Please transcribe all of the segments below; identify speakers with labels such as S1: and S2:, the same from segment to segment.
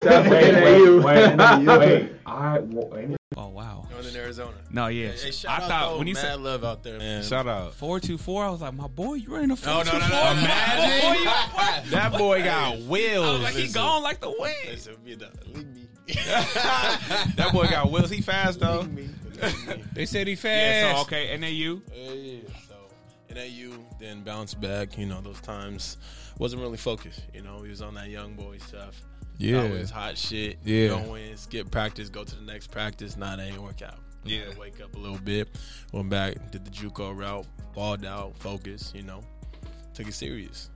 S1: That's
S2: Wait,
S1: wait, you.
S2: wait, wait, wait. I, wait.
S3: Oh wow.
S4: in Arizona.
S3: No, yeah.
S4: Hey, shout
S3: I
S4: out
S3: thought
S4: to
S3: when you
S4: mad
S3: said
S4: love out there, man.
S5: Shout out.
S3: four two four, I was like, my boy, you running a
S4: no,
S3: four
S4: no,
S3: two
S4: no,
S3: four.
S4: no.
S5: Imagine.
S4: Imagine.
S5: That boy got wheels.
S3: Like he
S4: Listen.
S3: gone like the wind.
S4: Listen, be the- leave me.
S5: That boy got wheels. He fast though.
S4: Leave me. Leave me.
S5: They said he fast.
S3: Yeah, so okay, and then you.
S4: Yeah, yeah. So and at you, then bounce back. You know those times wasn't really focused. You know he was on that young boy stuff.
S5: Yeah.
S4: always hot shit.
S5: Yeah.
S4: go in, skip practice, go to the next practice. Nah, that ain't work out.
S5: Yeah.
S4: Had to wake up a little bit. Went back, did the JUCO route, balled out, focused. You know, took it serious.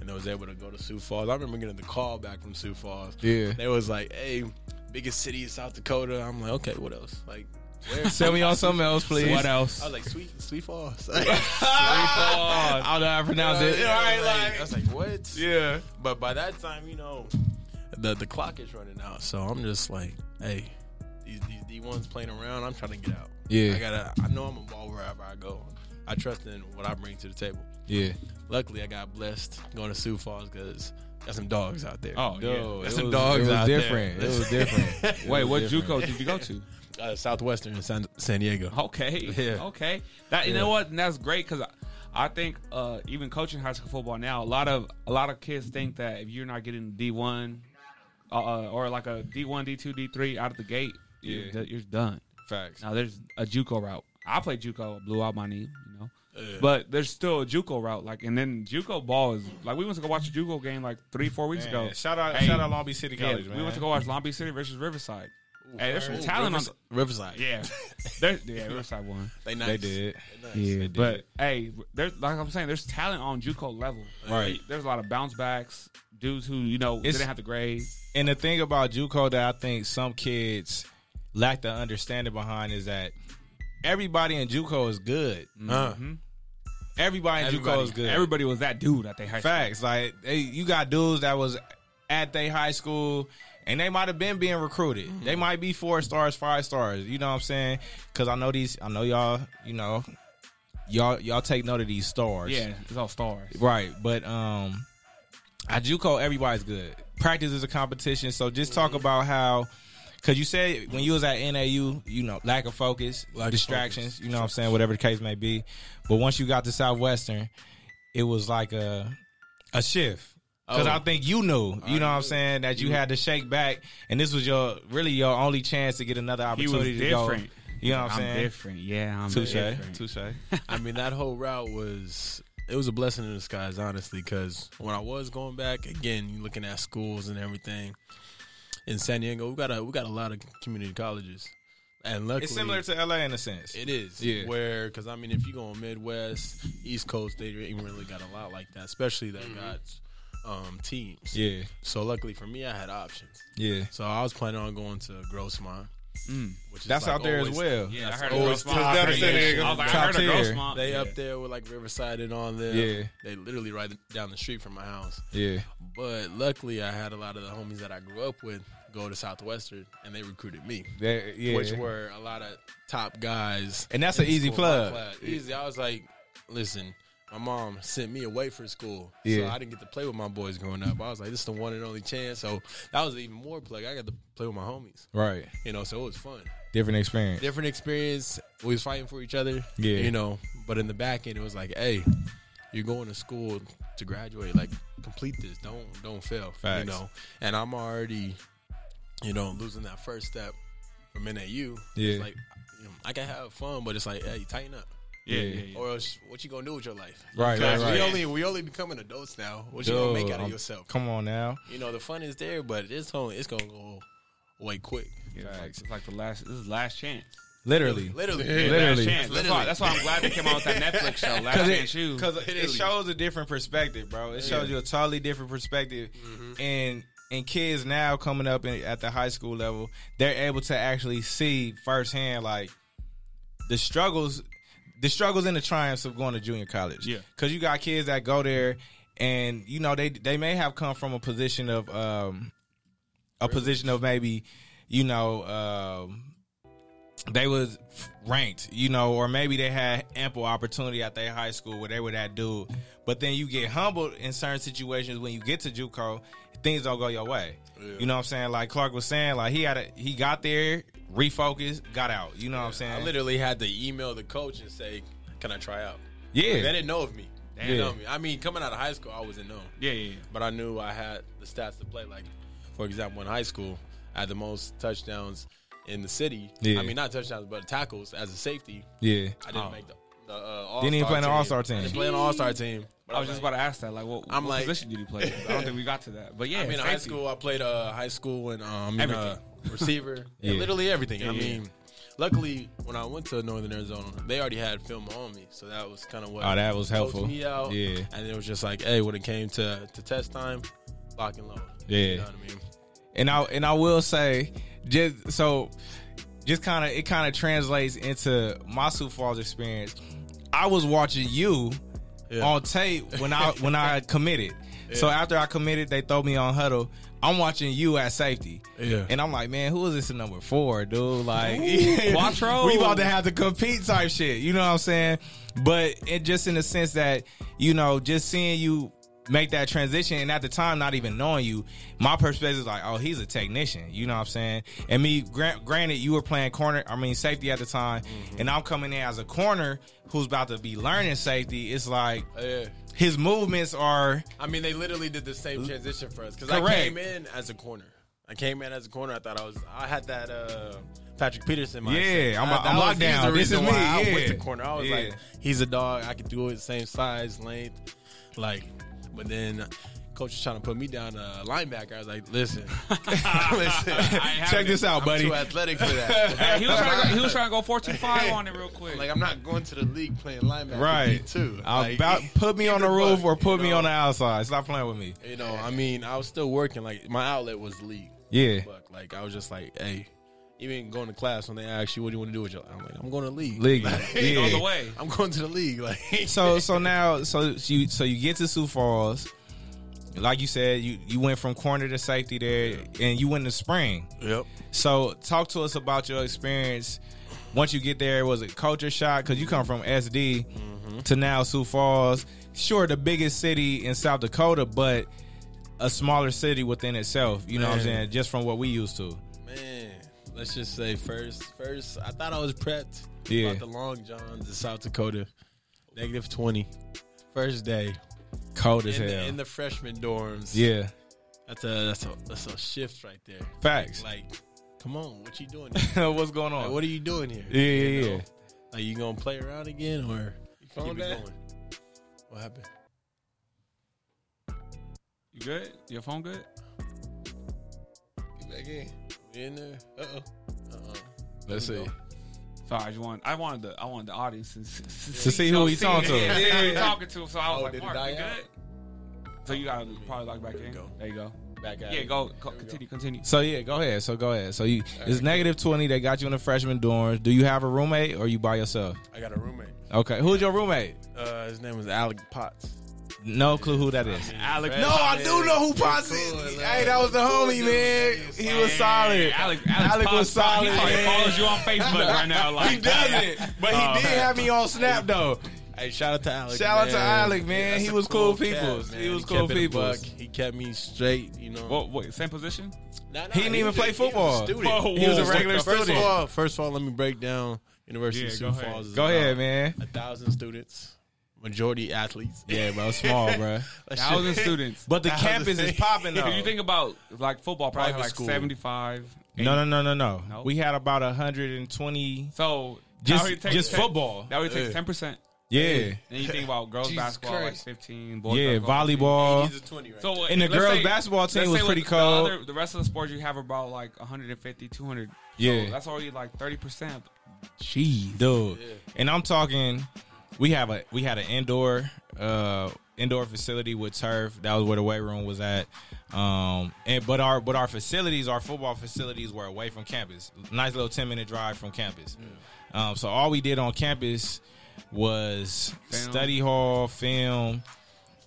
S4: And I was able to go to Sioux Falls. I remember getting the call back from Sioux Falls.
S5: Yeah.
S4: They was like, "Hey, biggest city is South Dakota." I'm like, "Okay, what else? Like, where?"
S5: Send me on something else, please.
S3: What else?
S4: I was like, "Sweet, Sweet Falls."
S5: I don't know how to pronounce it.
S4: Yeah, right, like, I was like, what?
S5: Yeah.
S4: But by that time, you know, the the clock is running out. So I'm just like, hey, these these D ones playing around. I'm trying to get out.
S5: Yeah.
S4: I gotta. I know I'm a ball wherever I go. I trust in what I bring to the table.
S5: Yeah.
S4: Luckily, I got blessed going to Sioux Falls because got some dogs out there.
S3: Oh, yeah.
S5: Dude,
S4: There's
S5: it
S4: some
S5: was-
S4: dogs
S5: it was
S4: out there.
S5: different. It was different.
S3: Wait, what JUCO did you go to?
S4: Uh, Southwestern in San, San Diego.
S5: Oh,
S3: Okay.
S4: Yeah.
S3: Okay. That you know what? And that's great because I, I think uh, even coaching high school football now, a lot of a lot of kids think that if you're not getting D one uh, or like a D one, D two, D three out of the gate,
S5: Yeah.
S3: you're, d- you're done.
S5: Facts.
S3: Now there's a JUCO route. I played JUCO, blew out my knee, you know.
S4: Yeah.
S3: But there's still a JUCO route, like, and then JUCO ball is like we went to go watch a JUCO game like three, four weeks
S5: Man,
S3: ago.
S5: Shout out,
S3: Hey,
S5: shout out Long Beach City
S3: yeah,
S5: College, man.
S3: we went to go watch Long Beach City versus Riverside. hey, there's some
S4: Ooh,
S3: talent on.
S4: Rivers- Riverside.
S3: The, yeah, There- yeah, Riverside won.
S4: They nice.
S5: They did.
S4: They nice.
S3: Yeah, but hey, there's like I'm saying, there's talent on JUCO level.
S5: Right.
S3: There's a lot of bounce backs, dudes who you know
S5: It's-
S3: didn't have to grade.
S5: And the thing about JUCO that I think some kids lack the understanding behind is that everybody in JUCO is good.
S4: Huh.
S5: Everybody in JUCO is
S3: Everybody,
S5: good.
S3: everybody was that dude at their high school.
S5: Facts. Like they, you got dudes that was at their high school and they might have been being recruited. They might be four stars, five stars. You know what I'm saying? Cause I know these I know y'all, you know, y'all y'all take note of these stars.
S3: Yeah, it's all stars.
S5: Right. But um at JUCO everybody's good. Practice is a competition. So just talk about how Cause you said when you was at NAU, you know, lack of focus, distractions, you know what I'm saying, whatever the case may be. But once you got to Southwestern, it was like a a shift. Cause I think you knew, you know what I'm saying, that you had to shake back, and this was your really your only chance to get another
S3: He was
S5: opportunity to
S3: different.
S5: go. You know what I'm
S3: I'm
S5: saying?
S3: different. Yeah, I'm
S5: Touche,
S3: different.
S5: touche.
S4: I mean, that whole route was it was a blessing in disguise, honestly, because when I was going back again, you looking at schools and everything in San Diego, we got a we got a lot of community colleges, and luckily
S5: It's similar to LA in a sense.
S4: it is
S5: Yeah.
S4: where because I mean, if you go on Midwest, East Coast, they ain't really got a lot like that, especially
S5: Mm-hmm.
S4: that got um, teams.
S5: Yeah,
S4: So luckily for me, I had options.
S5: yeah.
S4: So I was planning on going to Grossmont, which is
S5: Mm. That's
S4: like
S5: out there as
S4: always-
S5: well.
S3: Yeah, I
S4: That's
S3: heard
S4: always
S3: of Grossmont. I
S5: top
S3: heard of
S5: tier.
S3: Grossmont. I was like, I heard
S5: Top
S3: of
S5: tier.
S3: Grossmont.
S4: They
S5: Yeah.
S4: up there with like Riverside and all them.
S5: Yeah.
S4: They literally right down the street from my house.
S5: Yeah,
S4: But luckily, I had a lot of the homies that I grew up with go to Southwestern and they recruited me,
S5: That- yeah.
S4: which were a lot of top guys.
S5: and that's
S4: in
S5: an
S4: the
S5: easy
S4: school in my
S5: plug.
S4: class. Easy. I was like, listen, my mom sent me away for school. So
S5: Yeah.
S4: I didn't get to play with my boys growing up. I was like, this is the one and only chance. So that was even more plug. I got to play with my homies,
S5: Right,
S4: you know, so it was fun
S5: different experience.
S4: different experience. We was fighting for each other.
S5: Yeah.
S4: You know, but in the back end it was like, hey, you're going to school to graduate. Like, complete this. Don't don't fail.
S5: Facts.
S4: You know. And I'm already, you know, losing that first step from NAU.
S5: Yeah.
S4: It's like you know, I can have fun, but it's like, hey, tighten up.
S3: Yeah,
S5: Yeah.
S3: yeah, yeah.
S4: Or else what you gonna do with your life?
S5: Right, right,
S4: Because
S5: right.
S4: We only we only becoming adults now. What you gonna
S5: Dude,
S4: make out of
S5: I'm-
S4: yourself?
S5: Come on now.
S4: You know, the fun is there, but it's only it's gonna go away quick.
S3: Yeah, it's like- It's like the last. This is last chance.
S5: Literally.
S4: Literally.
S3: Last
S5: Literally.
S3: chance. That's why,
S4: Literally.
S3: that's why I'm glad they came out with that Netflix show. Last
S5: Cause
S3: chance
S5: it,
S3: shoes.
S5: 'cause it shows a different perspective, bro. It shows you a totally different perspective, and and kids now coming up in, at the high school level, they're able to actually see firsthand like the struggles, the struggles and the triumphs of going to junior college.
S3: Yeah.
S5: because you got kids that go there, and you know they they may have come from a position of um a position of maybe you know um they was ranked, you know, or maybe they had ample opportunity at their high school where they were that dude. But then you get humbled in certain situations when you get to JUCO, things don't go your way. You know what I'm saying? Like Clark was saying, like he had a, he got there, refocused, got out. You know what I'm saying?
S4: I literally had to email the coach and say, "Can I try out?" They
S5: yeah,
S4: didn't know of me. They didn't
S5: Yeah.
S4: know me. I mean, coming out of high school, I wasn't known,
S3: Yeah, yeah, yeah.
S4: but I knew I had the stats to play. Like, for example, in high school, I had the most touchdowns in the city.
S5: Yeah.
S4: I mean, not touchdowns, but tackles as a safety.
S5: yeah.
S4: I didn't
S3: Oh.
S4: make the, the uh, all
S5: Didn't even play in the All-Star team.
S4: I didn't play in the All Star team. But
S3: I was just
S4: like-
S3: about to ask that. Like, what,
S4: I'm
S3: what
S4: like-
S3: position did he play? I don't think we got to that. But yeah,
S4: I mean, in
S3: safety.
S4: high school, I played uh, high school and um, I mean, uh, receiver,
S5: Yeah.
S4: literally everything. I
S3: Yeah.
S4: mean, luckily when I went to Northern Arizona, they already had film on me, so that was kind of what.
S5: Oh, that was
S4: helped
S5: helpful.
S4: Me out,
S5: Yeah.
S4: and it was just like, hey, when it came to to test time, lock and load.
S5: Yeah.
S4: you know what I mean.
S5: and I and I will say, just so, just kind of it kind of translates into my Sioux Falls experience. I was watching you
S4: Yeah.
S5: on tape when I when I committed. So after I committed, they throw me on huddle. I'm watching you at safety,
S4: Yeah.
S5: and I'm like, man, who is this number four, dude? Like,
S3: Quattro.
S5: we about to have to compete type shit. You know what I'm saying? But it just in the sense that you know, just seeing you make that transition, and at the time not even knowing you, my perspective is like, oh, he's a technician. You know what I'm saying? And me, grant, granted, you were playing corner, I mean safety at the time,
S4: Mm-hmm.
S5: and I'm coming in as a corner who's about to be learning safety. It's like
S4: Yeah.
S5: his movements are
S4: I mean, they literally did the same transition for us because
S5: Correct.
S4: I came in as a corner. I came in as a corner. I thought I was. I had that uh, Patrick Peterson. Mindset.
S5: Yeah, I'm-
S4: I-
S5: I'm
S4: that was-
S5: locked
S4: he's
S5: down.
S4: the
S5: This
S4: reason
S5: is me,
S4: why I
S5: yeah.
S4: went to corner. I was
S5: Yeah.
S4: like, he's a dog. I could do it the same size, length, like. But then. Coach was trying to put me down a linebacker. I was like, "Listen, listen,
S5: Check this out,
S4: I'm
S5: buddy.
S4: too athletic for that.
S3: Hey, he was trying to go, he was trying to go four two five on it real quick.
S4: like, I'm not going to the league playing linebacker.
S5: Right.
S4: too. Like-
S5: About put me on the
S4: the
S5: roof
S4: fuck,
S5: or put
S4: you
S5: me
S4: know?
S5: on the outside. Stop playing with me.
S4: You know, I mean, I was still working. Like my outlet was the league.
S5: Yeah.
S4: Fuck, like I was just like, hey, even going to class when they ask you what do you want to do with your, life?" I'm like, I'm going to the league.
S5: League.
S4: Like,
S5: Yeah.
S3: on the way.
S4: I'm going to the league. Like
S5: so so now so you so you get to Sioux Falls, like you said, you you went from corner to safety there, and you went to spring.
S4: Yep.
S5: So talk to us about your experience. Once you get there, was it culture shock? Because you come from SD
S4: Mm-hmm.
S5: to now Sioux Falls. Sure, the biggest city in South Dakota, but a smaller city within itself. You know what I'm
S4: Man.
S5: saying? Just from what we used to.
S4: Man, let's just say first, first I thought I was prepped.
S5: Yeah.
S4: About the long johns in South Dakota, negative twenty. First day
S5: Cold as
S4: in
S5: hell.
S4: the, in the freshman dorms.
S5: yeah.
S4: That's a that's a that's a shift right there.
S5: Facts.
S4: Like, come on, what you doing? here?
S5: What's going on?
S4: Like, what are you doing here?
S5: yeah, yeah,
S4: You
S5: yeah.
S4: know? Like you gonna play around again or
S5: found
S4: keep it
S5: that?
S4: going? What happened?
S3: You good? Your phone good?
S4: Get back in. We in there. Uh oh. Uh oh.
S5: Let's see.
S3: Sorry, I just want I wanted the I wanted the audience to, s- s-
S5: To see who he talking to.
S3: Yeah, see who he
S5: Yeah.
S3: talking to. So I was
S4: Oh,
S3: like,
S4: did it
S3: Mark,
S4: die
S3: you
S4: out?
S3: good? So you gotta probably log back
S4: There we
S3: in.
S4: go.
S3: There you go.
S4: Back at
S3: Yeah,
S4: it.
S3: go
S4: There
S3: co-
S4: we go.
S3: continue, continue.
S5: So yeah, go ahead. So go ahead. So you it's
S4: right.
S5: negative twenty. They got you in the freshman dorms. Do you have a roommate or you by yourself?
S4: I got a roommate.
S5: Okay, who's your roommate?
S4: Uh, his name was Alec Potts.
S5: No clue who that is.
S3: Alex,
S4: No, I do know who Potts is. Hey, that was the homie, man. He was
S3: Hey, Alex, Alex,
S5: Alec was
S3: Potts,
S5: solid,
S3: He probably
S5: man.
S3: follows you on Facebook right now. Like
S5: He doesn't, but he
S3: Oh,
S5: did
S3: man.
S5: have me on Snap though.
S4: Hey, shout out to Alec.
S5: Oh. Shout out to
S4: man.
S5: Alec, man.
S4: that's
S5: He
S4: a
S5: was cool
S4: cat,
S5: peoples.
S4: man.
S5: He was
S4: kept
S5: cool
S4: it a buck.
S5: peoples.
S4: He kept me straight, you know.
S3: What, what, same position?
S4: Nah, nah,
S5: He didn't even
S4: was
S5: play
S4: just- he was a
S5: football.
S4: student.
S3: Whoa, He was a whoa. regular
S4: first
S5: student.
S4: Of all, first of all, let me break down University of
S3: Yeah,
S4: Sioux
S3: go ahead.
S4: Falls. is
S5: Go ahead,
S3: Oh.
S4: about
S5: man.
S4: A thousand students, majority athletes.
S5: Yeah, bro, small, bro.
S4: That
S3: Thousand
S4: shit-
S3: students.
S5: But the
S4: That was
S5: campus
S4: the
S5: is
S4: thing.
S5: popping though.
S3: If you think about like football, probably
S4: Private
S3: like
S4: school.
S3: seventy five.
S5: no, no, no, no, no.
S3: No.
S5: We had about hundred and twenty.
S3: So
S5: Just-
S3: that already takes
S5: just
S3: 10
S5: football.
S3: That would take
S4: Yeah.
S3: ten percent.
S5: Yeah,
S3: Then you think about girls
S4: Jesus
S3: basketball
S4: Christ.
S3: like fifteen, boys
S5: yeah.
S3: basketball, 15.
S5: Volleyball.
S4: He's a twenty right
S3: So uh,
S5: And the
S3: let's
S5: girls' basketball team
S3: let's
S5: was
S3: say
S5: pretty
S3: with
S5: cold.
S3: The, other, the rest of the sports you have about like 150, 200. So
S5: Yeah.
S3: that's already like thirty percent.
S5: Jeez, dude. And I'm talking, we have a we had an indoor uh indoor facility with turf. That was where the weight room was at. Um, and but our but our facilities, our football facilities, were away from campus. Nice little ten minute drive from campus. Um, so all we did on campus was
S3: Film.
S5: study hall, film.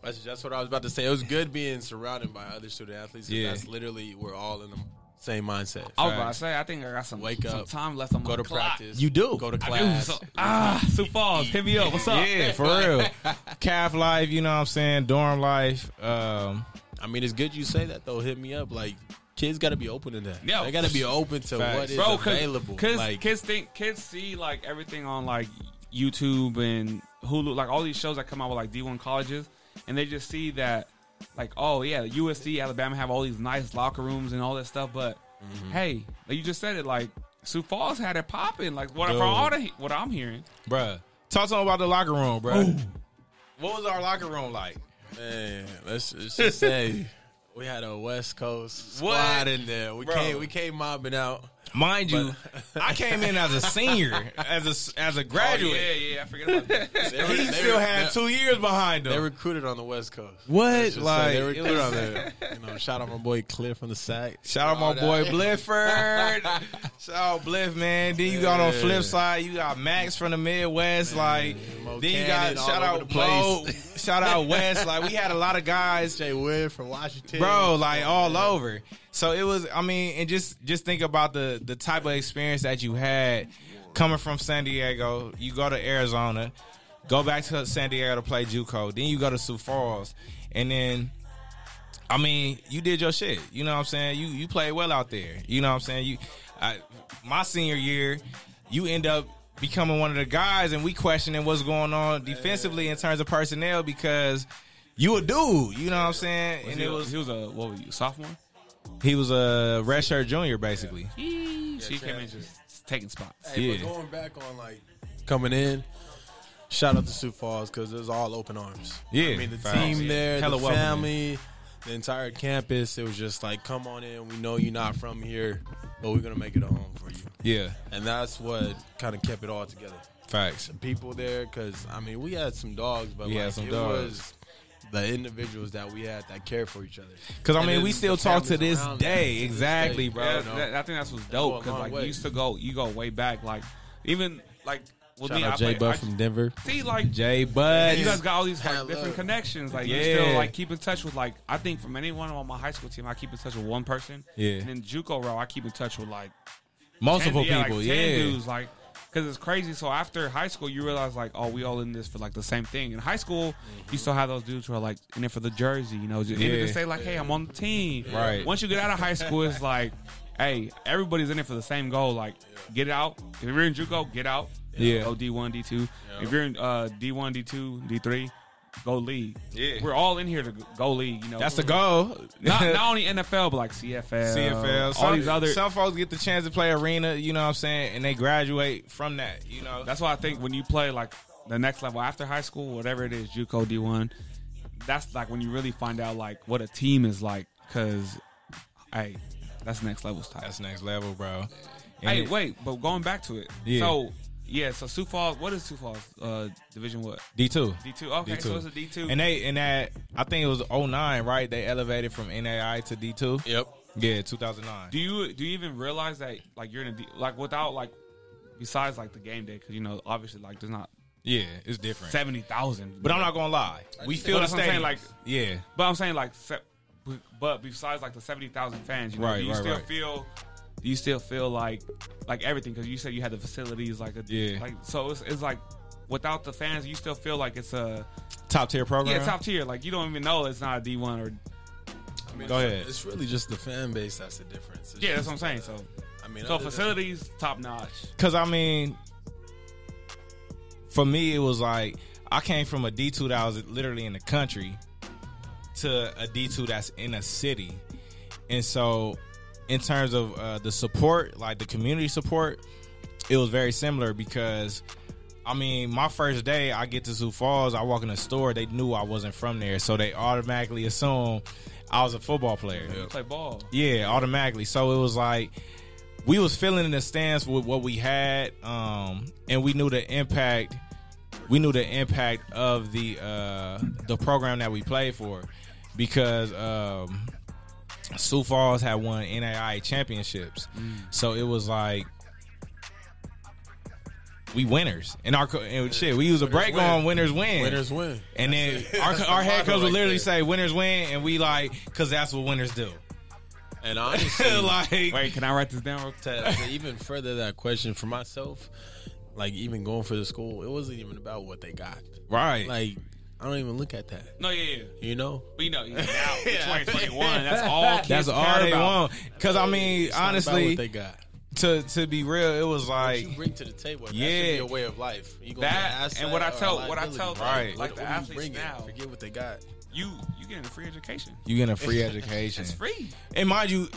S4: That's, that's what I was about to say. It was good being surrounded by other student athletes. 'cause
S5: Yeah.
S4: That's literally we're all in the Same mindset.
S3: I was about to say, I think I got some,
S4: Wake
S3: some
S4: up.
S3: time left on my
S4: Go to
S3: clock.
S4: practice.
S5: You do.
S4: Go to
S3: I do,
S4: class.
S3: so- ah, Sioux Falls, hit me up. What's up?
S5: Yeah, for real. Calf life, you know what I'm saying? Dorm life. Um,
S4: I mean, it's good you say that though. Hit me up. Like kids got to be open to that.
S3: Yeah.
S4: they got to be open to
S5: Facts.
S4: what is
S3: Bro, cause,
S4: available.
S3: 'cause
S4: like
S3: kids think kids see like everything on like YouTube and Hulu, like all these shows that come out with like D one colleges, and they just see that like oh yeah, USC, Alabama have all these nice locker rooms and all that stuff, but
S4: Mm-hmm.
S3: hey, like you just said it like Sioux Falls had it popping, like what from
S5: Dude.
S3: all the, what I'm hearing.
S5: bruh, talk to him about the locker room, bruh. What was our locker room like?
S4: Man, let's, let's just say we had a West Coast squad
S5: What?
S4: in there. We
S5: Bro.
S4: came, we came mobbing out.
S5: Mind you, I came in as a senior, as a s- as a graduate.
S3: Oh, yeah, yeah, I forget about that.
S4: They, were-
S5: He
S4: they
S5: still
S4: were-
S5: had
S4: they-
S5: two years behind
S4: They
S5: him.
S4: recruited on the West Coast.
S5: What?
S4: Let's just say
S5: Like,
S4: they
S5: it
S4: recruited on
S5: was-
S4: the, you know, shout out my boy Cliff from the sack.
S5: shout out my
S4: All
S5: boy
S4: Oh, that.
S5: Blifford. shout out Bliff, man. Then you got on flip side, you got Max from the Midwest. like,
S4: Mo
S5: then you
S4: Cannon
S5: got
S4: all
S5: shout
S4: over
S5: out
S4: the place.
S5: Mo, shout out West. Like, we had a lot of guys
S4: Jay Wood from Washington,
S5: bro like all over so it was i mean and just just think about the the type of experience that you had coming from san diego you go to arizona go back to san diego to play juco then you go to sioux falls and then i mean you did your shit you know what i'm saying you you played well out there you know what i'm saying you I, my senior year you end up becoming one of the guys and we questioning what's going on defensively in terms of personnel because you a dude, you know what I'm saying? And
S3: he
S5: it was
S3: he was a what were you sophomore?
S5: he was a redshirt junior, basically.
S3: she came in
S4: Chad.
S3: just taking spots.
S4: Hey,
S5: Yeah.
S4: but going back on like coming in, shout out to Sioux Falls because it was all open arms.
S5: Yeah,
S4: I mean the
S5: facts.
S4: team
S5: Yeah.
S4: there,
S5: Hella
S4: the
S5: welcoming.
S4: family, the entire campus. It was just like, come on in. We know you're not from here, but we're gonna make it a home for you.
S5: Yeah,
S4: And that's what kind of kept it all together.
S5: facts.
S4: The people there, because I mean, we had some dogs, but
S5: We had
S4: like,
S5: some
S4: it
S5: dogs.
S4: was the individuals that we had that cared for each other.
S5: Because I
S4: And
S5: mean,
S4: then
S5: we still
S4: the
S5: talk to
S4: families
S5: this
S4: around them.
S5: day, exactly, bro.
S3: Yeah,
S4: you know?
S3: that- I think that's what's
S4: Oh, go
S3: dope
S4: a
S3: because
S4: long
S3: like
S4: way.
S3: you used to go, you go way back. Like even like with
S4: Shout
S3: me, I
S4: out
S3: play-
S4: Uh, Jay Buff
S3: I-
S4: from Denver.
S3: see like
S5: Jay Bud,
S3: you guys got all these like
S4: Hella.
S3: different connections. Like you
S5: Yeah.
S3: still like keep in touch with like I think from anyone on my high school team, I keep in touch with one person.
S5: Yeah.
S3: and then JUCO row, I keep in touch with like
S5: multiple
S3: ten- like,
S5: people,
S3: 10
S5: yeah.
S3: dudes like. Cause it's crazy. So after high school, you realize like, oh, we all in this for like the same thing. In high school, you still have those dudes who are like in it for the jersey, you know, just in
S5: Yeah.
S3: it to say like, hey, I'm on the team.
S5: Right.
S3: Once you get out of high school, it's like, hey, everybody's in it for the same goal. Like, get out. If you're in JUCO, get out.
S5: Yeah.
S3: Go D1, D2. If you're in uh, D1, D2, D3, go league.
S5: Yeah.
S3: We're all in here to go league. You know,
S5: That's the goal.
S3: not, not only NFL, but like CFL,
S5: CFL.
S3: all
S5: Some,
S3: these other
S5: some folks get the chance to play arena, you know what I'm saying, and they graduate from that, you know.
S3: That's why I think when you play like the next level after high school, whatever it is, JUCO D one, that's like when you really find out like what a team is like. Cause, hey, that's next level stuff.
S5: That's next level, bro. And
S3: Hey,
S5: it-
S3: wait, but going back to it,
S5: Yeah.
S3: so yeah, so Sioux Falls, what is Sioux Falls uh, division? What
S5: D two.
S3: D two? Okay,
S5: D2.
S3: so it's a D two.
S5: And they and that I think it was 09, right? They elevated from NAI to D two.
S4: Yep.
S5: Yeah, 2009.
S3: Do you do you even realize that like you're in a D, like without like besides like the game day? Because you know obviously like there's not
S5: yeah, it's different.
S3: seventy thousand.
S5: But I'm not gonna lie, we feel the
S3: That's what I'm
S5: same.
S3: saying,
S5: Like,
S3: like-
S5: yeah,
S3: But I'm saying like, se- but besides like the seventy thousand fans, you know,
S5: Right,
S3: do you
S5: right,
S3: still
S5: right.
S3: feel, do you still feel like, like everything? Because you said you had the facilities, like, a,
S5: Yeah.
S3: like so it's, it's like without the fans, you still feel like it's a
S5: top tier program.
S3: yeah top tier. Like you don't even know it's not a D one or
S4: I mean,
S5: Go
S4: it's-
S5: ahead.
S4: It's really just the fan base that's the difference. It's
S3: yeah. That's
S4: just,
S3: what I'm saying. So
S4: I mean,
S3: so
S4: other than-
S3: facilities top notch.
S5: Because I mean, for me, it was like I came from a D two that was literally in the country to a D two that's in a city, and so in terms of uh, the support, like the community support, it was very similar because. I mean, my first day I get to Sioux Falls, I walk in the store, they knew I wasn't from there, so they automatically assume I was a football player.
S3: You play ball.
S5: Yeah, automatically. So it was like we was filling in the stands with what we had, um, and we knew the impact. We knew the impact of the uh, the program that we played for, because um, Sioux Falls had won NAIA championships,
S4: Mm.
S5: so it was like we winners, and our co- and shit. We use a break
S4: win.
S5: on winners win,
S4: winners win.
S5: and then
S4: That's it.
S5: our,
S4: That's the
S5: our head
S4: motto
S5: coach would
S4: right
S5: literally
S4: there.
S5: say winners win, and we like because that's what winners do.
S4: And honestly,
S5: like
S3: Wait, can I write this down? real-
S4: to, to even further that question for myself, like even going for the school, it wasn't even about what they got.
S5: right.
S4: Like I don't even look at that.
S3: No, yeah, yeah.
S4: You know,
S3: But you know, he's now yeah. 2021. That's all. Kids
S5: that's all
S3: care
S5: they
S3: about.
S5: want. Because I mean,
S4: It's not about
S5: honestly,
S4: what they got.
S5: to to be real, it was
S4: What
S5: like
S4: you bring to the table. That
S5: Yeah.
S4: should be your way of life. You gonna
S3: That,
S4: be an asset
S3: and what I
S4: or a
S3: tell- what I
S4: liability.
S3: tell,
S5: Right.
S3: like, the
S4: you
S3: athletes
S4: bringing?
S3: now.
S4: forget what they got.
S3: You you getting a free education?
S5: you getting a free education.
S3: It's free.
S5: And mind you,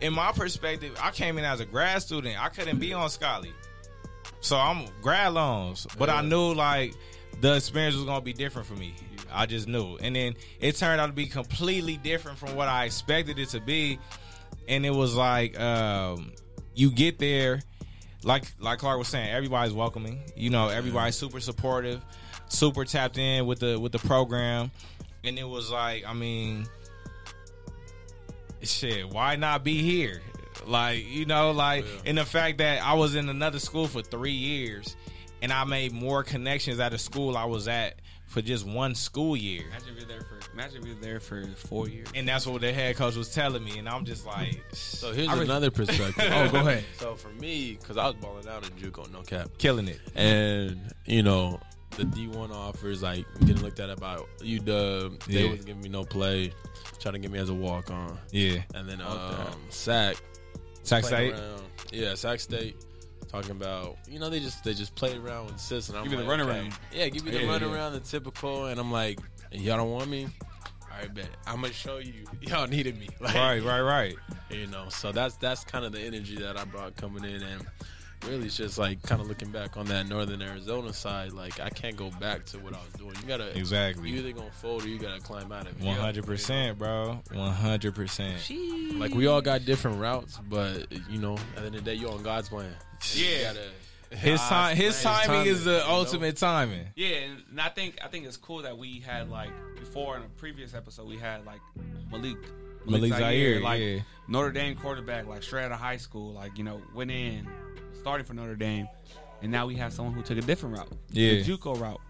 S5: in my perspective, I came in as a grad student. I couldn't be on Scholarly. So I'm grad loans. But I knew like the experience was gonna be different for me. I just knew. And then it turned out to be completely different from what I expected it to be. And it was like um you get there, like like Clark was saying, everybody's welcoming. You know, everybody's
S4: Mm-hmm.
S5: super supportive, super tapped in with the with the program. And it was like, I mean, shit, why not be here? Like, you know, like
S4: Yeah.
S5: in the fact that I was in another school for three years and I made more connections at a school I was at for just one school year.
S3: Imagine you're there for. Imagine you're there for four years.
S5: And that's what the head coach was telling me. And I'm just like,
S4: So here's
S5: I really-
S4: another perspective.
S5: Oh, go ahead.
S4: So for me, because I was balling out in JUCO, no cap,
S5: killing it.
S4: and you know the D1 offers like getting looked at by UW. They
S5: Yeah.
S4: wasn't giving me no play, trying to get me as a walk on,
S5: Yeah.
S4: and then
S3: Okay.
S4: um, sack.
S5: Sac
S4: playing
S5: State.
S4: around. Yeah, Sac State. Talking about you know they just they just play around with sis and I'm
S3: Give you the
S4: like,
S3: runaround.
S4: okay. Yeah, give me the
S3: Yeah, yeah.
S4: runaround, the typical, and I'm like, y'all don't want me. All right, bet I'm gonna show you y'all needed me. Like,
S5: Right, right, right.
S4: You know, so that's that's kind of the energy that I brought coming in, and really it's just like kind of looking back on that Northern Arizona side. Like I can't go back to what I was doing. You gotta You
S5: Exactly.
S4: either gonna fold or you gotta climb out of it.
S5: One hundred percent, bro. One hundred percent.
S4: Like we all got different routes, but you know, at the end of the day, you on God's plan. You
S3: Yeah.
S4: gotta-
S5: His
S3: God's
S5: time, his
S4: plan. His
S5: timing is
S4: timing,
S5: the
S4: you know?
S5: ultimate timing.
S3: Yeah, and, and I think I think it's cool that we had like before in a previous episode we had like Malik
S5: Malik Zaire,
S3: like
S5: yeah.
S3: Notre Dame quarterback, like straight out of high school, like you know went in, started for Notre Dame, and now we have someone who took a different route,
S5: Yeah.
S3: the JUCO route,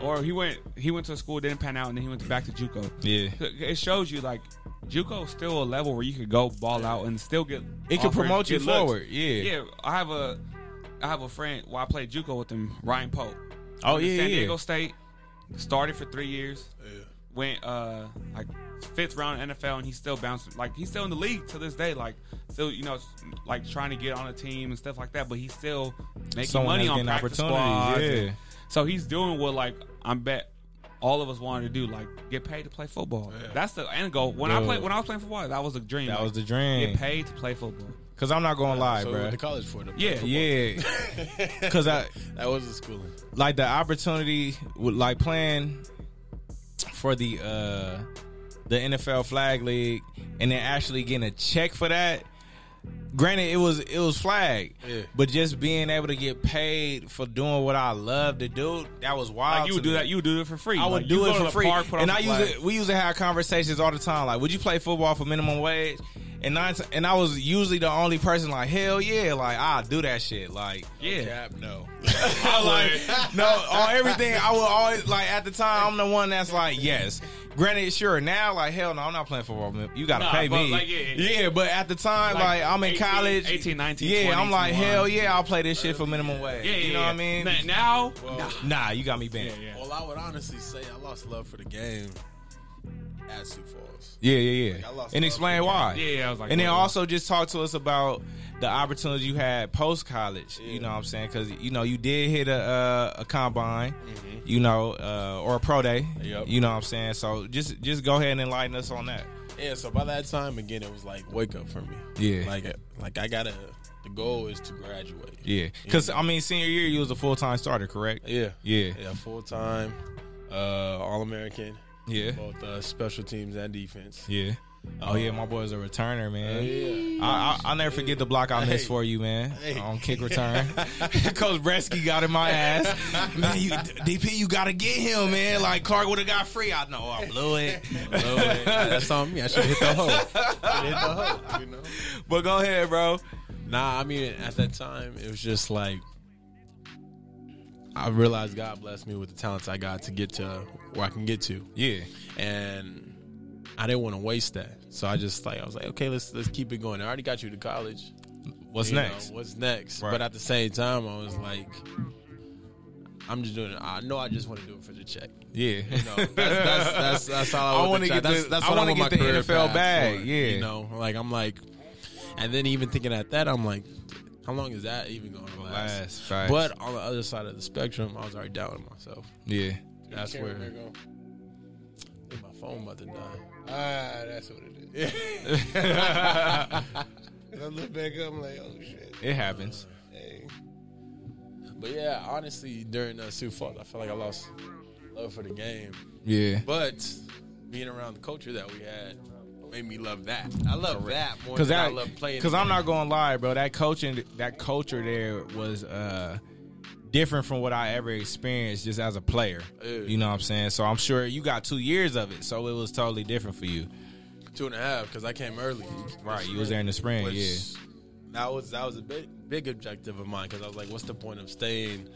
S3: or he went he went to a school didn't pan out and then he went back to JUCO.
S5: Yeah,
S3: It shows you like JUCO is still a level where you could go ball out and still get
S5: it can
S3: offers,
S5: promote you
S3: get looks.
S5: forward. Yeah.
S3: Yeah, I have a I have a friend. Well, I played JUCO with him, Ryan Pope.
S5: Oh
S3: Went to
S5: yeah,
S3: San Diego
S5: yeah.
S3: State started for three years. Went uh like fifth round NFL, and he's still bouncing. Like he's still in the league to this day. Like still, you know, s- like trying to get on a team and stuff like that. But he's still making
S5: Someone
S3: money
S5: that's
S3: on
S5: getting
S3: practice squads.
S5: opportunities. Yeah.
S3: So he's doing what like I'm bet all of us wanted to do, like get paid to play football. That's the end goal. When I
S5: Yeah.
S3: played, when I was playing football, that was a dream.
S5: That
S3: Like,
S5: was the
S3: get
S5: dream.
S3: paid to play football.
S5: Cause I'm not gonna lie,
S4: so
S5: bro.
S4: the college for them.
S3: Yeah,
S5: Yeah, cause I
S4: that was the schooling.
S5: like the opportunity with like playing for the uh the NFL flag league and then actually getting a check for that. Granted, it was it was flag,
S4: Yeah.
S5: but just being able to get paid for doing what I love to do, that was wild.
S3: Like you
S5: to
S3: would do
S5: me.
S3: that, you would do it for free.
S5: I would
S3: Like, you
S5: do
S3: go
S5: it
S3: to
S5: for
S3: the
S5: free.
S3: park, put
S5: and
S3: up
S5: I
S3: the
S5: used
S3: flag.
S5: to, we used to have conversations all the time. Like, would you play football for minimum wage? And nine, ti- and I was usually the only person like, hell yeah, like I'll do that shit. Like,
S3: Yeah,
S4: Cap, no.
S5: I like no on everything. I would always like at the time. I'm the one that's like yes. Granted, sure. Now, like hell no, I'm not playing football. man. You gotta
S3: Nah,
S5: pay
S3: but,
S5: me.
S3: like, yeah, yeah.
S5: but at the time,
S3: Like,
S5: like, I'm in
S3: 18,
S5: college,
S3: 18, 19,
S5: Yeah,
S3: 20,
S5: I'm like
S3: 21.
S5: hell yeah, I'll play this shit for minimum wage.
S3: Yeah, yeah,
S5: you know
S3: yeah.
S5: what I mean?
S3: Na- Now,
S5: Nah, you got me
S3: yeah,
S5: banned.
S3: yeah.
S4: Well, I would honestly say I lost love for the game at Sioux Falls.
S5: Yeah, yeah, yeah.
S4: Like, I lost
S5: and
S4: love
S5: explain
S4: for that.
S5: why.
S3: Yeah, I was like,
S5: and then
S3: well,
S5: also just talk to us about the opportunities you had post college. You know what I'm saying? Because you know you did hit a uh, a combine, you know, uh, or a pro day.
S4: Yep.
S5: You know what I'm saying? So just just go ahead and enlighten us on that.
S4: Yeah, so by that time again, it was like wake up for me.
S5: Yeah.
S4: like like I gotta. The goal is to graduate.
S5: Yeah, because I mean, senior year you was a full time starter, correct?
S4: yeah,
S5: Yeah,
S4: yeah, full time, uh, all American,
S5: yeah,
S4: both uh, special teams and defense.
S5: yeah. Oh yeah, my boy's a returner, man.
S4: Oh, yeah.
S5: I, I, I'll never forget the block I missed
S4: Hey.
S5: for you, man, on kick return. Coach Bresky got in my ass. Man, you, DP, you got to get him, man. Like, Clark would have got free. I know, I blew it.
S4: Oh, yeah, that's on me. I should hit the hole. Shoulda hit the hole, you know?
S5: but go ahead, bro.
S4: Nah, I mean, at that time, it was just like I realized God blessed me with the talents I got to get to where I can get to,
S5: Yeah,
S4: and I didn't want to waste that. So I just like I was like, okay, let's let's keep it going. I already got you to college.
S5: What's
S4: you know,
S5: next?
S4: what's next?
S5: Right.
S4: But at the same time, I was like, I'm just doing it. I know I just want to do it for the check.
S5: yeah.
S4: You know, that's, that's, that's, that's all I,
S5: I
S4: want.
S5: wanna
S4: to
S5: get
S4: that's,
S5: the-
S4: that's
S5: I
S4: what
S5: wanna
S4: want
S5: get
S4: my career
S5: the NFL
S4: path
S5: bag,
S4: for,
S5: yeah.
S4: you know, like I'm like, and then even thinking at that, I'm like, how long is that even going to last?
S5: Last five.
S4: But on the other side of the spectrum, I was already doubting myself.
S5: yeah.
S4: That's where
S1: go.
S4: Dude, my phone about to die.
S1: Ah, that's what it is. I look back up, I'm like, oh shit.
S5: It happens.
S1: Hey.
S4: But yeah, honestly, during those two falls, I felt like I lost love for the game.
S5: Yeah.
S4: But being around the culture that we had made me love that. I love that more
S5: Cause
S4: than I
S5: that,
S4: love playing.
S5: cause I'm not gonna lie, bro. That coaching, that culture there was uh different from what I ever experienced just as a player.
S4: Yeah.
S5: You know what I'm saying? So I'm sure you got two years of it, so it was totally different for you.
S4: two and a half because I came early.
S5: Right, you was there in the spring,
S4: Which-
S5: yeah.
S4: That was that was a big big objective of mine because I was like, what's the point of staying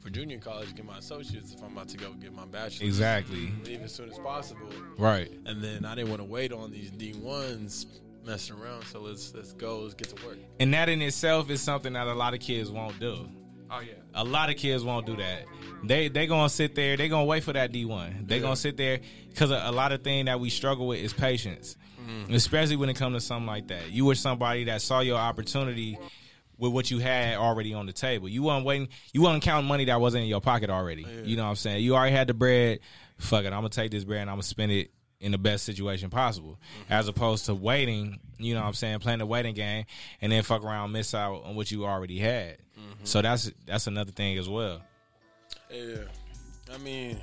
S4: for junior college, get my associates if I'm about to go get my bachelor's,
S5: Exactly.
S4: leave as soon as possible.
S5: Right.
S4: and then I didn't want to wait on these D ones messing around. So let's let's go, let's get to work.
S5: And that in itself is something that a lot of kids won't do.
S3: Oh yeah.
S5: A lot of kids won't do that. They they gonna sit there. They gonna wait for that D one. They gonna sit there because a, a lot of thing that we struggle with is patience, especially when it comes to something like that. You were somebody that saw your opportunity with what you had already on the table. You weren't waiting. You weren't counting money that wasn't in your pocket already. You know what I'm saying? You already had the bread. Fuck it. I'm gonna take this bread and I'm gonna spend it in the best situation possible, as opposed to waiting. You know what I'm saying? Playing the waiting game and then fuck around, miss out on what you already had. So that's that's another thing as well.
S4: Yeah, I mean,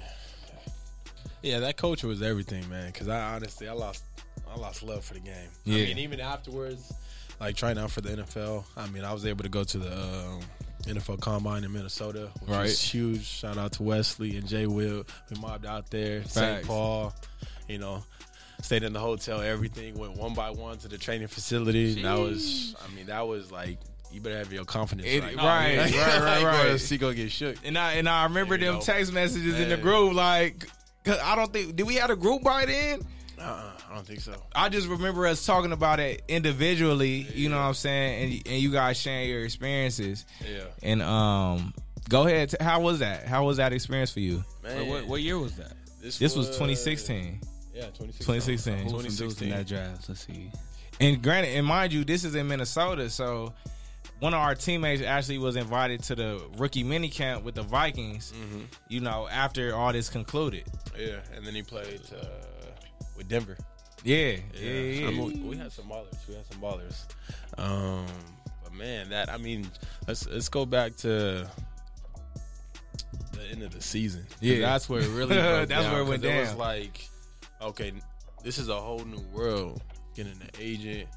S4: yeah, that culture was everything, man. Because I honestly, I lost, I lost love for the game.
S5: Yeah.
S4: I mean, even afterwards, like trying out for the NFL. I mean, I was able to go to the um, NFL Combine in Minnesota, which
S5: Right.
S4: was huge. Shout out to Wesley and Jay Will. We mobbed out there, St.
S5: Facts.
S4: Paul. You know. Stayed in the hotel, everything went one by one to the training facility. and That was, I mean, that was like, you better have your confidence.
S5: It-
S4: right,
S5: right,
S4: Like,
S5: right,
S4: like,
S5: right, right.
S4: boy, She gonna get shook.
S5: And I and I remember
S4: There you
S5: them
S4: go.
S5: text messages in the
S4: Yeah.
S5: group like, 'cause I don't think did we have a group by then?
S4: Uh-uh, I don't think so.
S5: I just remember us talking about it individually. You know what I'm saying? And and you guys sharing your experiences.
S4: Yeah,
S5: And um, go ahead. T- how was that? How was that experience for you?
S4: man.
S3: Wait, what, what year was that?
S5: This was 2016.
S4: Yeah, 2016.
S5: 2016. Who was
S2: Some dudes in that draft. Let's see.
S5: And granted, and mind you, this is in Minnesota, so one of our teammates actually was invited to the rookie minicamp with the Vikings.
S4: Mm-hmm.
S5: You know, after all this concluded.
S4: Yeah, and then he played uh, with Denver.
S5: Yeah, yeah, yeah.
S4: I'm- we had some ballers. We had some ballers. Um, but man, that I mean, let's let's go back to the end of the season. 'Cause
S5: Yeah.
S4: that's where it really. broke
S5: That's
S4: down,
S5: where it went
S4: 'cause It was
S5: down.
S4: like, okay, this is a whole new world. Getting an agent,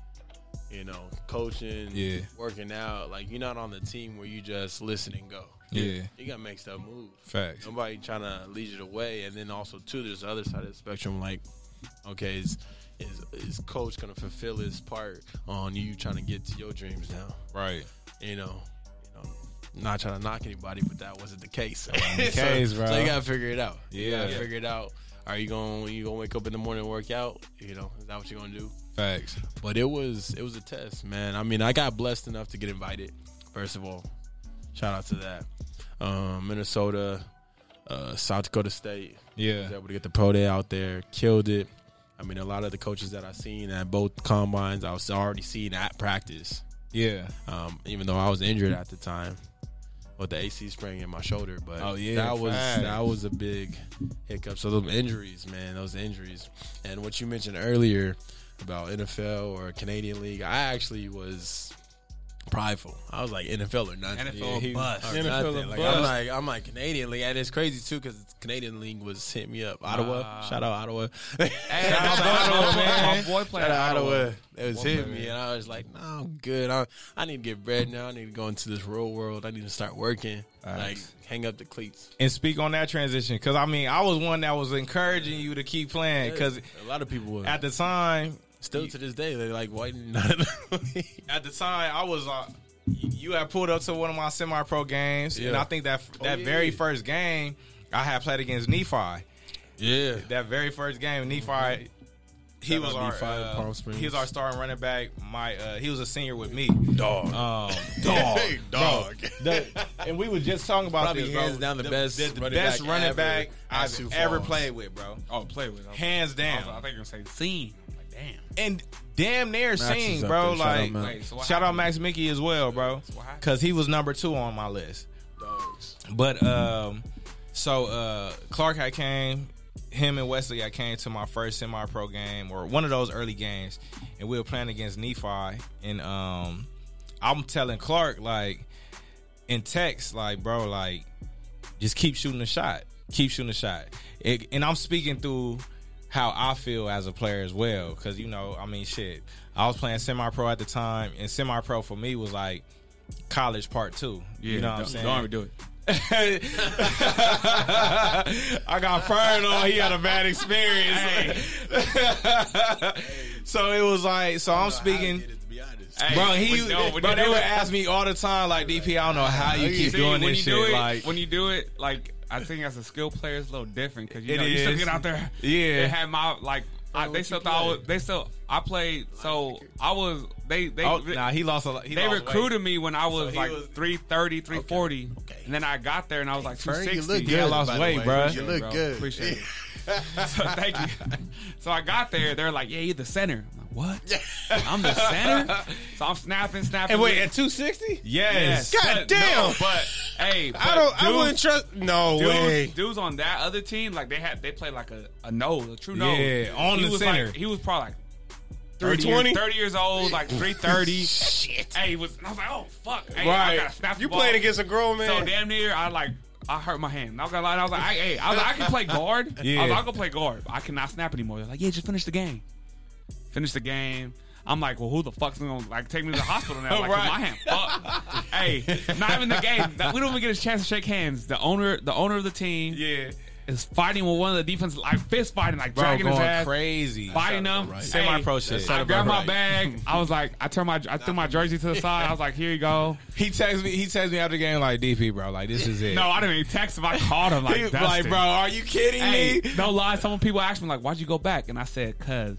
S4: you know, coaching,
S5: Yeah.
S4: working out. Like you're not on the team where you just listen and go.
S5: Yeah.
S4: you gotta make stuff move.
S5: Facts.
S4: Nobody trying to lead you the way, and then also too, there's the other side of the spectrum. Like, okay, is is, is coach gonna fulfill his part on you trying to get to your dreams now?
S5: Right.
S4: You know, you know, not trying to knock anybody, but that wasn't the case.
S5: the case,
S4: so,
S5: bro.
S4: so you gotta figure it out. you
S5: Yeah.
S4: gotta figure it out. Are you gonna you gonna wake up in the morning and work out? You know, is that what you're gonna do?
S5: Facts.
S4: But it was it was a test, man. I mean, I got blessed enough to get invited. First of all, shout out to that. Um, Minnesota, uh, South Dakota State.
S5: Yeah.
S4: was able to get the pro day out there, killed it. I mean, a lot of the coaches that I seen at both combines, I was already seeing at practice.
S5: Yeah.
S4: Um, even though I was injured at the time with the AC sprain in my shoulder, but
S5: Oh, yeah,
S4: that was
S5: facts.
S4: that was a big hiccup. So those injuries, man, those injuries, and what you mentioned earlier about NFL or Canadian League, I actually was prideful. I was like NFL or nothing.
S3: NFL or bust.
S4: or
S1: NFL or
S4: nothing. Like, I'm
S1: bust.
S4: like I'm like Canadian League, and it's crazy too because Canadian League was hitting me up. Ottawa,
S3: Ah.
S4: shout out Ottawa.
S3: Hey,
S5: Shout out
S3: my,
S5: to Ottawa,
S3: boy-
S5: man.
S3: my boy played
S4: Shout out
S3: Ottawa.
S4: Ottawa. It was hitting me, and I was like, "No, I'm good. I, I need to get bread now. I need to go into this real world. I need to start working. Like, hang up the cleats."
S5: And speak on that transition, because I mean, I was one that was encouraging you to keep playing, because
S4: a lot of people would.
S5: at the time,
S4: still to this day, they're like, "Why not?"
S5: at the time, I was like, you had pulled up to one of my semi-pro games, and
S4: Yeah.
S5: I think that that
S4: yeah,
S5: very
S4: yeah.
S5: first game I had played against Nephi.
S4: yeah,
S5: Mm-hmm. That very first game, Nephi he was
S4: Shout out
S5: our
S4: B5
S5: uh,
S4: Palm Springs.
S5: he was our starting running back. My uh, he was a senior with me.
S4: dog.
S5: Um,
S4: dog.
S5: dog. The- and we were just talking about
S4: Probably
S5: this, bro.
S4: hands down the best
S5: the, the
S4: running
S5: best
S4: back
S5: running
S4: ever
S5: back
S4: at
S5: I've
S4: Sioux
S5: ever
S4: Falls.
S5: played with, bro.
S3: Oh, play with. Oh, I was-
S5: Hands
S3: I, was, I
S5: down,
S3: think you're saying scene. Like, damn.
S5: and damn near
S4: is
S5: seen,
S4: up
S5: bro.
S4: there. Shout out
S5: like,
S4: Max.
S3: Wait, so what
S5: shout out
S3: happened?
S5: Max Mickey as well, bro,
S3: what happened?
S5: because he was number two on my list. But um, so uh, Clark I came, him and Wesley I came to my first semi-pro game or one of those early games, and we were playing against Nephi, and um, I'm telling Clark like in text like, bro, like just keep shooting the shot, keep shooting the shot, it, and I'm speaking through how I feel as a player as well, because you know, I mean, shit, I was playing semi-pro at the time, and semi-pro for me was like college part two. you know what I'm
S3: don't-
S5: saying?
S3: Don't ever do it.
S5: I got fired on. He had a bad experience. so it was like, so I'm speaking.
S6: To be honest.
S3: Hey,
S5: Bro, he,
S3: when- no, when
S5: bro,
S3: you
S5: they
S3: do
S5: would
S3: it-
S5: ask me all the time, like, DP, I don't know how you
S3: See,
S5: keep doing
S3: when
S5: this
S3: you do
S5: shit.
S3: it,
S5: like,
S3: when you do it, like I think as a skill player, it's a little different because you
S5: It
S3: know you still
S5: is.
S3: get out there.
S5: Yeah.
S3: and have my like.
S5: Oh,
S3: I, they still thought I was, they still I played so I was they they
S5: oh, nah, he lost a lot. He
S3: they
S5: lost weight.
S3: recruited me when I was
S5: he
S3: like
S5: was-
S3: 330, 340.
S6: Okay.
S3: and then I got there and I was like
S6: Ferg,
S3: 260.
S6: you look
S5: Yeah, I
S6: good.
S5: lost
S6: by the
S5: weight,
S6: way.
S5: bruh.
S6: You look
S3: Bro,
S6: good.
S3: Appreciate it. so thank you. So I got there. They're like, "Yeah, you're the center." I'm like, "What? I'm the center?" So I'm snapping, snapping.
S5: And wait,
S3: Yeah.
S5: at 260?
S3: Yes.
S5: Yes.
S3: God
S5: But-
S3: damn.
S5: no, but
S3: hey,
S5: I don't. I
S3: dudes-
S5: wouldn't trust. No
S3: dudes,
S5: way.
S3: dudes on that other team, like they had, they played like a, a no, a true no.
S5: Yeah, on
S3: he
S5: the
S3: was
S5: center.
S3: Like, he was probably like 30 years,
S5: 320.
S3: 30 years old, like 330. Shit. Hey, he was, and I was like, oh, fuck. Hey, I gotta snap the
S5: You
S3: ball.
S5: played against a grown man.
S3: So damn near, I like, I hurt my hand. Not gonna lie, I was like, I, hey, I, was like, I can play guard. I
S5: Yeah.
S3: was like, I can play guard. but I cannot snap anymore. They're like, yeah, just finish the game. Finish the game. I'm like, well, who the fuck's gonna like take me to the hospital now? Like, 'cause my hand fucked. hey, not even the game. We don't even get a chance to shake hands. The owner, the owner of the team,
S5: yeah.
S3: is fighting with one of the defense, like fist fighting, like
S5: Bro,
S3: dragging his
S5: going
S3: ass,
S5: crazy.
S3: biting him. Hey,
S5: Semi-pro shit.
S3: I
S5: Sounded
S3: grabbed my
S5: about
S3: bag. I was like, I turned my, I threw my jersey to the side. I was like, here you go.
S5: He texts me. He texts me after the game like, "DP, bro, like this is it."
S3: No, I didn't even text him. I called him
S5: He
S3: like,
S5: was
S3: Dustin.
S5: like, bro, are you kidding
S3: Hey,
S5: me?
S3: no lie. Some people asked me like, "Why'd you go back?" And I said, "Cause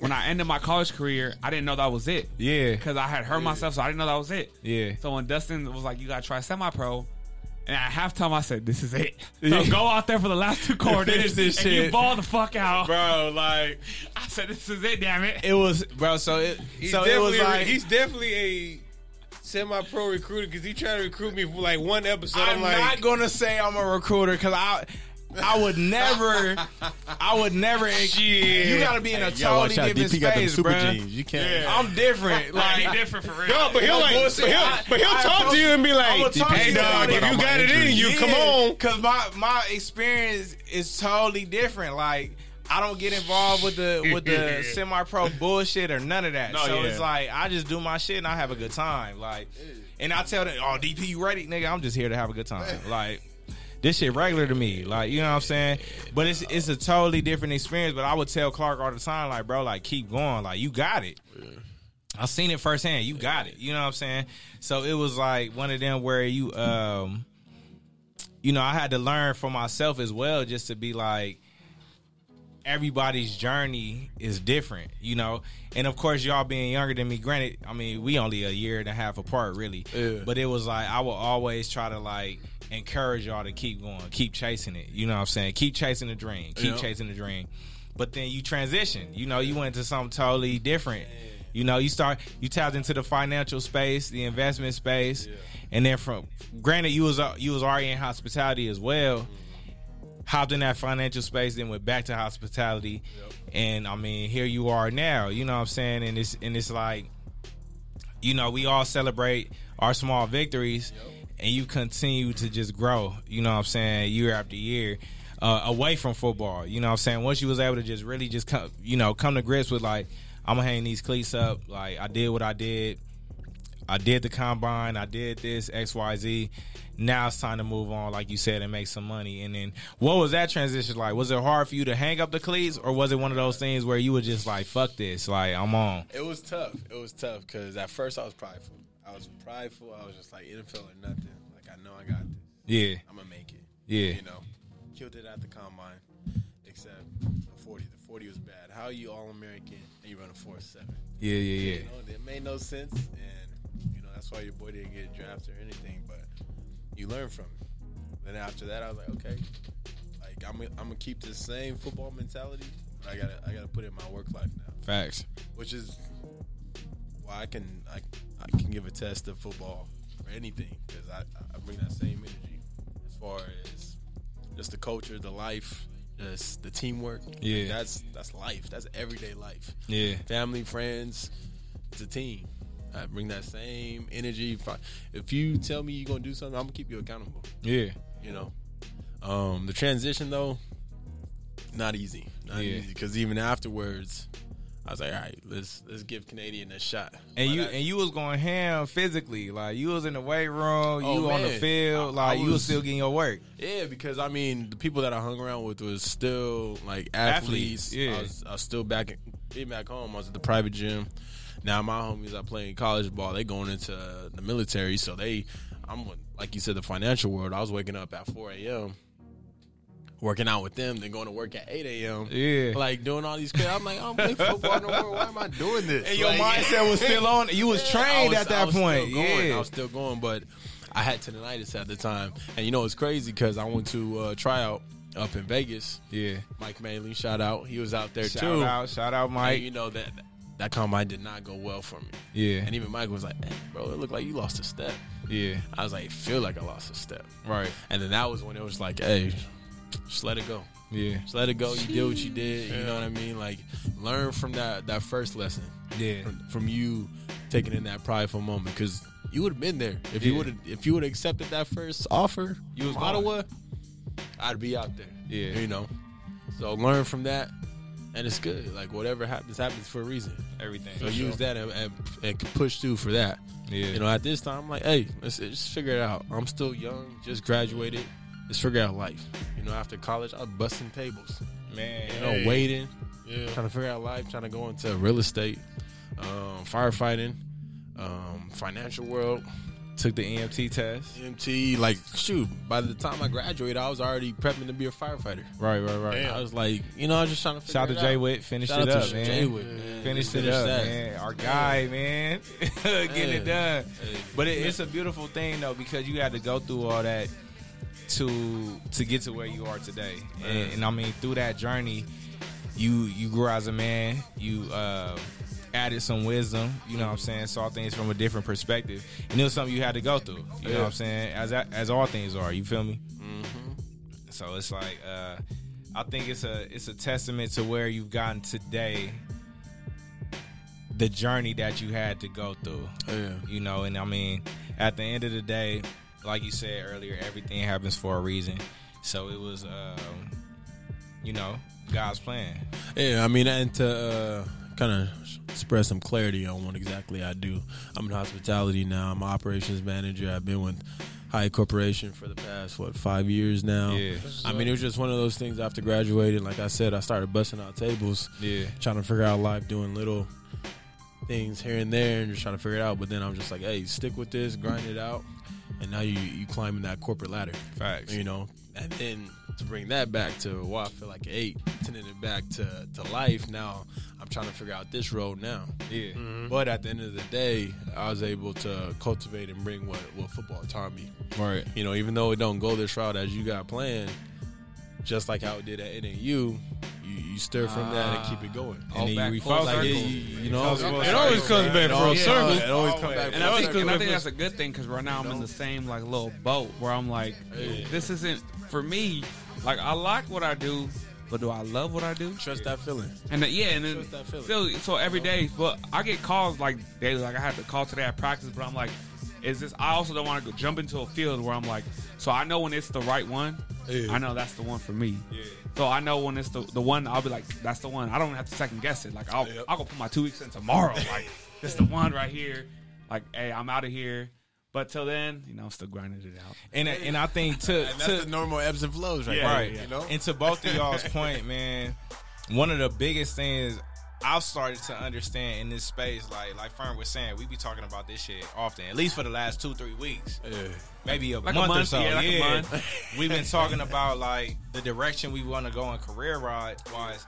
S3: when I ended my college career, I didn't know that was it.
S5: Yeah.
S3: Cause I had hurt myself, so I didn't know that was it.
S5: Yeah.
S3: So when Dustin was like, "You gotta try semi-pro," and at halftime I said, "This is it. So go out there for the last two quarters
S5: Finish this
S3: and You
S5: shit.
S3: ball the fuck out,
S5: Bro, like
S3: I said, "This is it, damn it."
S5: it was, bro. So it,
S1: He's
S5: so it
S1: definitely,
S5: was like
S1: he's definitely a semi-pro recruiter because he tried to recruit me for like one episode. I'm,
S5: I'm
S1: like,
S5: not gonna say I'm a recruiter because I. I would never, I would never. You gotta be in a
S6: Yo,
S5: totally
S6: watch out.
S5: different
S6: DP got them
S5: space,
S6: super
S5: bro.
S6: jeans. You can't.
S5: I'm
S3: Like,
S5: different. Like,
S3: he different for real.
S1: no, but he'll
S5: No
S1: like,
S5: bullshit.
S1: but he'll,
S5: I-
S1: but he'll
S5: I
S1: talk
S5: approach-
S1: to you and be
S5: I will
S1: like,
S5: talk
S1: hey
S5: to you
S1: dog,
S5: about
S1: if
S5: all
S1: you
S5: my
S1: got it in you, come on.
S5: Because my my experience is totally different. Like I don't get involved with the with the semi pro bullshit or none of that.
S3: No,
S5: so
S3: yeah.
S5: it's like I just do my shit and I have a good time. Like, and I tell them, "Oh, DP, you ready, nigga? I'm just here to have a good time." Like. This shit regular to me, like you know what I'm saying. But it's it's a totally different experience. But I would tell Clark all the time, like bro, like keep going, like you got it. I seen it firsthand. You got it. You know what I'm saying? So it was like one of them where you um you know, I had to learn for myself as well just to be like everybody's journey is different, you know. And of course y'all being younger than me, granted, I mean, we only a year and a half apart really.
S4: Yeah.
S5: But it was like I will always try to like encourage y'all to keep going, keep chasing it. You know what I'm saying? Keep chasing the dream. Keep
S4: Yeah.
S5: chasing the dream. But then you transition. You know, you went to something totally different. You know, you start you tapped into the financial space, the investment space, and then from granted you was uh, you was already in hospitality as well. Hopped in that financial space, then went back to hospitality, and I mean here you are now. You know what I'm saying? And it's and it's like, you know, we all celebrate our small victories, and you continue to just grow. You know what I'm saying? Year after year. Uh, away from football, you know what I'm saying? Once you was able to just really just come, you know, come to grips with like, I'm gonna hang these cleats up. Like I did what I did. I did the combine, I did this, XYZ. Now it's time to move on, like you said, and make some money. And then what was that transition like? Was it hard for you to hang up the cleats or was it one of those things where you were just like, fuck this, like I'm on?
S6: It was tough. It was tough because at first I was prideful. I was prideful. I was just like NFL or nothing. Like I know I got this.
S5: Yeah.
S6: I'm gonna make it.
S5: Yeah.
S6: You know, killed it at the combine, except a 40 to
S4: forty was bad. How you all American and you run a four seven?
S5: Yeah, yeah, yeah.
S4: You know, it made no sense, and you know that's why your boy didn't get drafted or anything. But you learn from it. Then after that, I was like, okay, like I'm gonna- I'm gonna keep this same football mentality, but I gotta I gotta put it in my work life now,
S5: Facts.
S4: which is why I can I, I can give a test of football for anything because I I bring that same energy as far as just the culture, the life, just the teamwork.
S5: Yeah.
S4: that's that's life. That's everyday life
S5: Yeah.
S4: family, friends. It's a team. I bring that same energy. If, I- if you tell me you're gonna do something, I'm gonna keep you accountable.
S5: Yeah.
S4: You know. Um, the transition though, not easy. Not
S5: Yeah.
S4: easy because even afterwards, I was like, all right, let's let's give Canadian a shot. But
S5: And you
S4: I-
S5: and you was going ham physically, like you was in the weight room,
S4: Oh,
S5: you on the
S4: man.
S5: field,
S4: I- I
S5: like you was
S4: was-
S5: still getting your work.
S4: yeah, because I mean, the people that I hung around with was still like athletes.
S5: Athletes, yeah.
S4: I was, I was still back in- being back home. I was at the private gym. Now my homies I play in college ball. They going into the military, so they I'm like you said, the financial world. I was waking up at 4 a.m. working out with them, then going to work at 8 a.m.
S5: Yeah.
S4: Like doing all these crazy. I'm like, I don't play football no more. Why am I doing this?
S5: And your
S4: Like-
S5: mindset was still on. You was
S4: yeah,
S5: trained
S4: I was-
S5: at that
S4: I was
S5: point.
S4: Still going. I
S5: Yeah.
S4: was still going, but I had tendonitis at the time, and you know it's crazy because I went to uh, tryout up in Vegas.
S5: Yeah.
S4: Mike Manley, shout out, he was out there
S5: Shout
S4: too.
S5: out, shout out,
S4: And
S5: Mike.
S4: you know that that combine did not go well for me,
S5: Yeah.
S4: and even Mike was like, "Eh, "Bro, it looked like you lost a step."
S5: Yeah.
S4: I was like, "It "Feel like I lost a step,"
S5: Right.
S4: and then that was when it was like, "Hey, just let it go."
S5: Yeah.
S4: Just let it go. You did what you did. You know what I mean? Like, learn from that that first lesson
S5: Yeah.
S4: from, from you taking in that prideful moment because you would have been there if you
S5: Yeah.
S4: would have if you would have accepted that first offer. You was from
S5: gone.
S4: Ottawa. I'd be out there.
S5: Yeah.
S4: you know. So learn from that, and it's good. Like whatever happens, happens for a reason.
S5: Everything.
S4: So use that and, and, and push through for that.
S5: Yeah.
S4: You know, at this time, I'm like, hey, let's just figure it out. I'm still young, just graduated. Let's figure out life. You know, after college, I was busting tables.
S5: man.
S4: You know,
S7: Hey.
S4: waiting
S7: Yeah.
S4: trying to figure out life, trying to go into real estate, um, firefighting, um, financial world,
S5: Took the EMT test.
S4: MT. Like, shoot, by the time I graduated, I was already prepping to be a firefighter.
S5: Right, right, right.
S7: Damn.
S4: I was like, you know, I was just trying to figure
S5: Shout out
S4: it
S5: to Jay
S4: out.
S5: Witt. Finished
S4: Shout
S5: it
S4: out
S5: up,
S4: to
S5: man.
S4: Jay Witt, man.
S5: Finished
S4: Finish
S5: it up,
S4: that.
S5: man. Our guy, man. Getting it done. But it, it's a beautiful thing though because you had to go through all that to to get to where you are today. And, and I mean, through that journey, you you grew as a man. You uh, added some wisdom. You know what I'm saying? Saw things from a different perspective, and it was something you had to go through. You know what I'm saying? As as all things are, you feel me? So it's like uh, I think it's a it's a testament to where you've gotten today. The journey that you had to go through,
S4: Yeah.
S5: you know, and I mean, at the end of the day, like you said earlier, everything happens for a reason. So it was, um, you know, God's plan.
S4: Yeah, I mean, and to uh, kind of spread some clarity on what exactly I do. I'm in hospitality now. I'm an operations manager. I've been with Hyatt Corporation for the past what five years now.
S5: Yeah.
S4: I mean, it was just one of those things. After graduating, like I said, I started busting out tables,
S5: Yeah,
S4: trying to figure out life, doing little things here and there, and just trying to figure it out. But then I'm just like, hey, stick with this, grind it out, and now you you climbing that corporate ladder
S5: facts.
S4: you know and then to bring that back to why i feel like eight turning it back to, to life now i'm trying to figure out this road now
S5: Yeah,
S4: but at the end of the day i was able to cultivate and bring what, what football taught me
S5: right.
S4: you know even though it don't go this route as you got planned just like how it did at NAU, you, you stir from that and keep it going.
S5: And then you
S3: full
S5: refocus.
S4: Like,
S3: circle.
S4: it-
S5: yeah,
S4: you, you know,
S3: It always
S7: comes back
S4: It always-
S7: full circle.
S4: It always comes back.
S3: And
S4: full
S3: I, think,
S4: circle.
S3: and I think that's a good thing because right now I'm in the same like little boat where I'm like, this isn't for me. Like I like what I do, but do I love what I do?
S4: Trust that feeling.
S3: And then, yeah, and then
S4: Trust that feeling.
S3: feel, so every day. But I get calls like daily. Like I have to call today at practice, but I'm like, is this? I also don't want to go jump into a field where I'm like, so I know when it's the right one. I know that's the one for me. So I know when it's the, the one, I'll be like, that's the one. I don't have to second guess it. Like I'll I'll go put my two weeks in tomorrow. Like this the one right here. Like hey, I'm out of here. But till then, you know, I'm still grinding it out.
S5: and and I think to
S4: And
S5: to
S4: that's the normal ebbs and flows, right?
S3: Yeah.
S4: there,
S5: right.
S4: You know,
S5: And to both of y'all's point, man, one of the biggest things I've started to understand in this space, like like Fern was saying, we be talking about this shit often, at least for the last two three weeks, maybe a,
S3: Like a
S5: month or
S3: month,
S5: so.
S3: yeah, like a month.
S5: We've been talking about like the direction we want to go in career ride wise,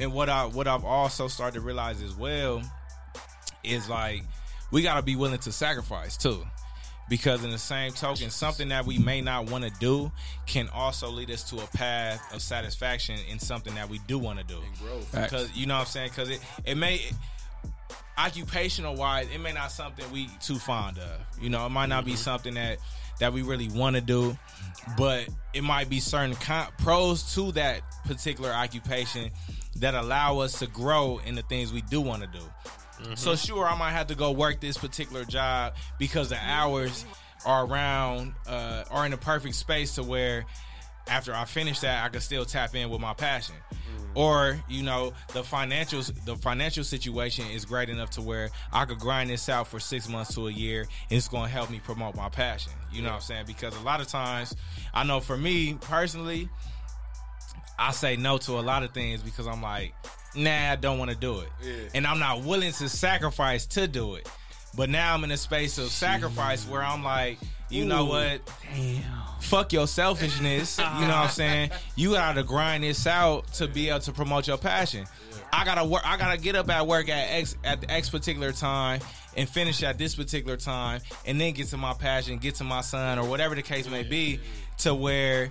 S5: and what I what I've also started to realize as well is like we gotta be willing to sacrifice too. Because in the same token, something that we may not want to do can also lead us to a path of satisfaction in something that we do want to do. Because you know what I'm saying? Because it, it may occupational wise, it may not something we too fond of. You know, it might not be something that that we really want to do, but it might be certain con- pros to that particular occupation that allow us to grow in the things we do want to do. So sure, I might have to go work this particular job because the hours are around uh, are in the perfect space to where after I finish that, I can still tap in with my passion. Or you know, the financials, the financial situation is great enough to where I could grind this out for six months to a year, and it's going to help me promote my passion. You know what I'm saying? Because a lot of times, I know for me personally, I say no to a lot of things because I'm like, nah, I don't want to do it. And I'm not willing to sacrifice to do it. But now I'm in a space of sacrifice where I'm like, you know what? Fuck your selfishness. you know what I'm saying? You gotta grind this out to be able to promote your passion. I gotta work I gotta get up at work at X at the X particular time and finish at this particular time and then get to my passion, get to my son or whatever the case may be, to where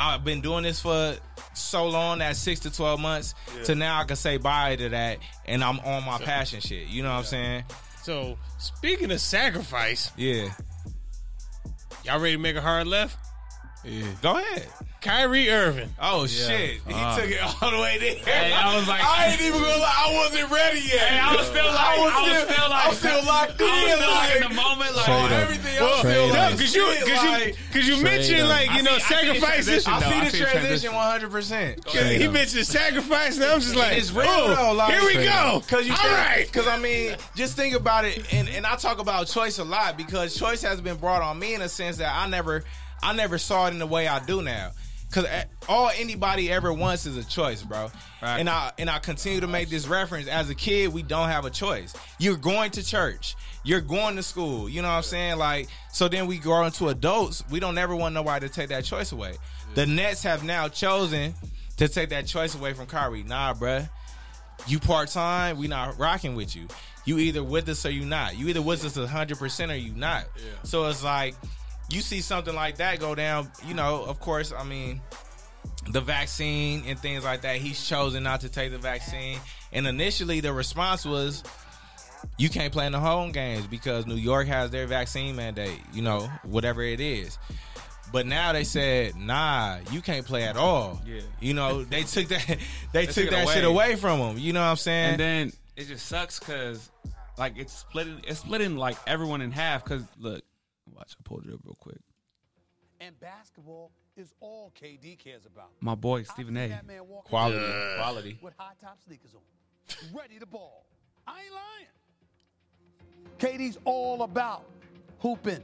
S5: I've been doing this for so long that six to twelve months to now I can say bye to that and I'm on my passion shit. You know what I'm saying?
S1: So speaking of sacrifice,
S5: Yeah.
S1: y'all ready to make a hard left?
S5: Go ahead.
S1: Kyrie Irving.
S5: Oh shit. He
S4: Uh,
S3: Uh.
S5: took it all the way there.
S3: I was like,
S5: I ain't even gonna lie, I wasn't ready yet.
S3: I was still like, I was still like,
S5: I'm still locked in.
S3: I was still like
S5: like,
S3: in the moment,
S5: on
S3: like.
S5: everything.
S1: Well,
S5: I'm still
S1: no,
S5: like,
S1: cause you,
S5: shit,
S1: cause you,
S5: like-
S1: cause you mentioned like you know sacrifices.
S5: I see the
S3: transition.
S5: transition 100. percent
S1: he mentioned sacrifice, and I'm just like,
S5: It's real
S1: oh,
S5: though, like-
S1: here we go.
S5: Cause you
S1: All
S5: think,
S1: right.
S5: Cause I mean, just think about it, and, and I talk about choice a lot because choice has been brought on me in a sense that I never, I never saw it in the way I do now. Cause a- all anybody ever wants is a choice, bro. And I and I continue to make this reference. As a kid, we don't have a choice. You're going to church. You're going to school. You know what I'm saying? Like, so then we grow into adults. We don't ever want nobody to take that choice away. The Nets have now chosen to take that choice away from Kyrie. Nah, bruh you part time, we not rocking with you. You either with us or you not. You either with us hundred percent or you not. So it's like you see something like that go down. You know, of course, I mean the vaccine and things like that. He's chosen not to take the vaccine, and initially the response was. You can't play in the home games because New York has their vaccine mandate, you know, whatever it is. But now they said, nah, you can't play at all.
S3: Yeah.
S5: You know, they took that they,
S3: took
S5: took
S3: it
S5: that
S3: away.
S5: shit away from him. You know what I'm saying?
S3: and then it just sucks because like it's splitting it's splitting like everyone in half because look watch i pulled it up real quick
S8: And basketball is all KD cares about.
S3: my boy stephen
S8: I see
S3: a
S8: that man walking
S5: quality, quality.
S8: With high top sneakers on, ready to ball. I ain't lying. KD's all about hooping,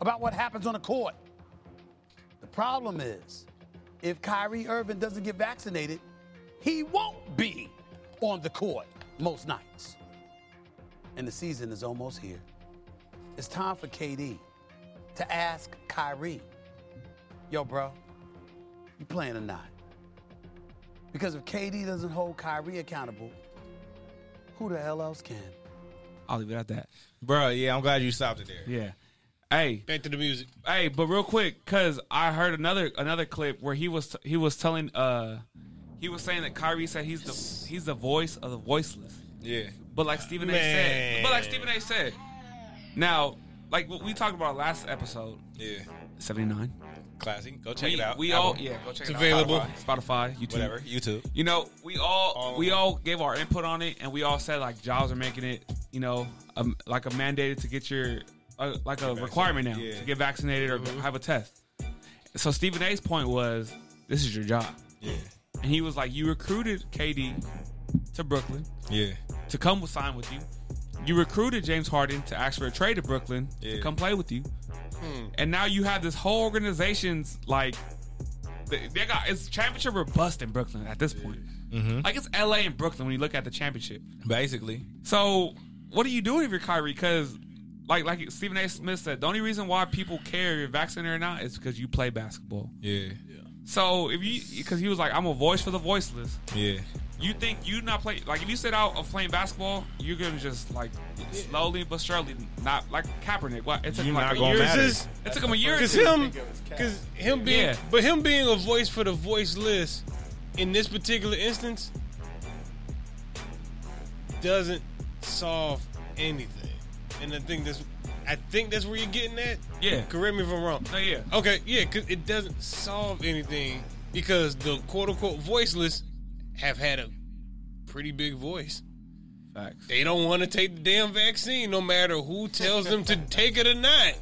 S8: about what happens on the court. The problem is, if Kyrie Irving doesn't get vaccinated, he won't be on the court most nights. And the season is almost here. It's time for KD to ask Kyrie, yo, bro, you playing or not? Because if KD doesn't hold Kyrie accountable, who the hell else can?
S3: i'll leave it at that
S5: Bro, yeah, I'm glad you stopped it there.
S3: yeah hey
S1: Back to the music.
S3: hey but real quick because i heard another another clip where he was he was telling uh he was saying that Kyrie said he's the he's the voice of the voiceless
S5: Yeah.
S3: But like Stephen A said, but like Stephen A said, now, like what we talked about last episode,
S5: Yeah.
S3: 79.
S5: Classic. Go check
S3: We,
S5: it out.
S3: we
S5: Apple,
S3: all, yeah, go check it's it out.
S5: available.
S3: Spotify, YouTube.
S5: whatever. YouTube.
S3: You know, we all, we all gave our input on it and we all said like jobs are making it, you know, um, like a mandated to get Mm-hmm. your, uh, like a requirement now
S5: Yeah.
S3: to get vaccinated or have a test. So Stephen A's point was, this is your job.
S5: Yeah.
S3: And he was like, you recruited KD to Brooklyn
S5: Yeah.
S3: to come with- sign with you. You recruited James Harden to ask for a trade to Brooklyn
S5: Yeah.
S3: to come play with you, and now you have this whole organization's like they, they got it's championship or bust in Brooklyn at this point. Like it's LA and Brooklyn when you look at the championship.
S5: Basically.
S3: So what are you doing if you're Kyrie? Because like like Stephen A. Smith said, the only reason why people care if you're vaccinated or not is because you play basketball.
S5: Yeah.
S3: So if you, because he was like, I'm a voice for the voiceless.
S5: Yeah.
S3: You think you not play like if you sit out of playing basketball, you're gonna just like slowly but surely not like Kaepernick. What it took him
S5: You're
S3: like
S5: not
S3: a
S5: gonna
S3: year.
S5: matter.
S1: Cause
S3: It took him a year. or two.
S1: him, cause him being,
S3: Yeah.
S1: but him being a voice for the voiceless in this particular instance doesn't solve anything. And I think that's, I think that's where you're getting at.
S3: Yeah.
S1: Correct me if I'm wrong.
S3: No, yeah. Oh,
S1: Okay, yeah, because it doesn't solve anything because the quote unquote voiceless have had a pretty big voice.
S3: Facts.
S1: They don't want to take the damn vaccine no matter who tells them to take it or not.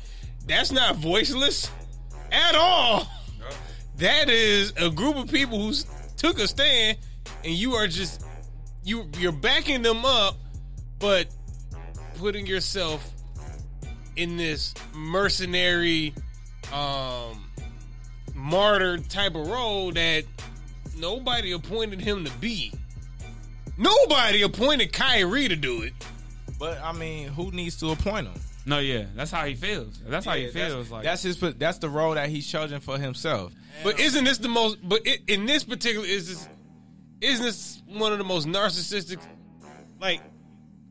S1: That's not voiceless at all. That is a group of people who s- took a stand and you are just you you're backing them up but putting yourself in this mercenary um martyr type of role that nobody appointed him to be. Nobody appointed Kyrie to do it.
S5: But I mean, who needs to appoint him?
S3: No, yeah. That's how he feels. That's how he
S5: Yeah,
S3: feels.
S5: that's,
S3: like
S5: that's his. That's the role that he's chosen for himself.
S1: But isn't this the most? But it, in this particular, is this isn't this one of the most narcissistic like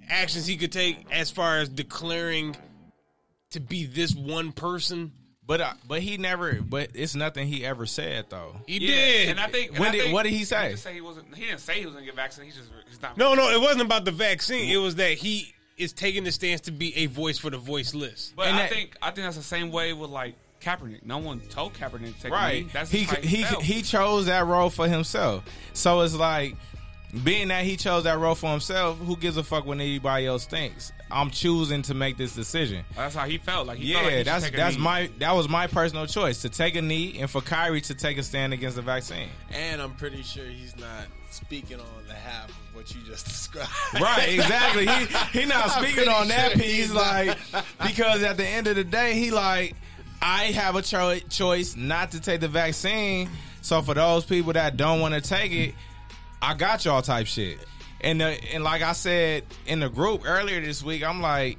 S1: actions he could take as far as declaring to be this one person?
S5: But I, but he never. But it's nothing he ever said though.
S1: He
S3: yeah.
S1: did.
S3: And I think and
S5: When
S3: I
S5: did-
S3: think-
S5: what did he say?
S3: just say he wasn't. He didn't say he was gonna get vaccinated. He just he's not.
S1: no, no, it wasn't about the vaccine. It was that he is taking the stance to be a voice for the voiceless.
S3: But
S5: And
S3: I
S5: that-
S3: think I think that's the same way with like Kaepernick. No one told Kaepernick to take a knee. That's
S5: he
S3: just how
S5: he
S3: felt.
S5: he chose that role for himself. So it's like being that he chose that role for himself, who gives a fuck what anybody else thinks? I'm choosing to make this decision.
S3: That's how he felt. Like he felt
S5: yeah,
S3: like he should
S5: that's
S3: take a
S5: that's
S3: knee.
S5: my that was my personal choice to take a knee and for Kyrie to take a stand against the vaccine.
S6: And I'm pretty sure he's not speaking on the half of what you just described.
S5: Right, exactly. He he not speaking
S6: pretty
S5: on that
S6: sure
S5: piece,
S6: he's not.
S5: like because at the end of the day, he like I have a cho- choice not to take the vaccine. So for those people that don't want to take it, I got y'all type shit. And the, and like I said in the group earlier this week, I'm like,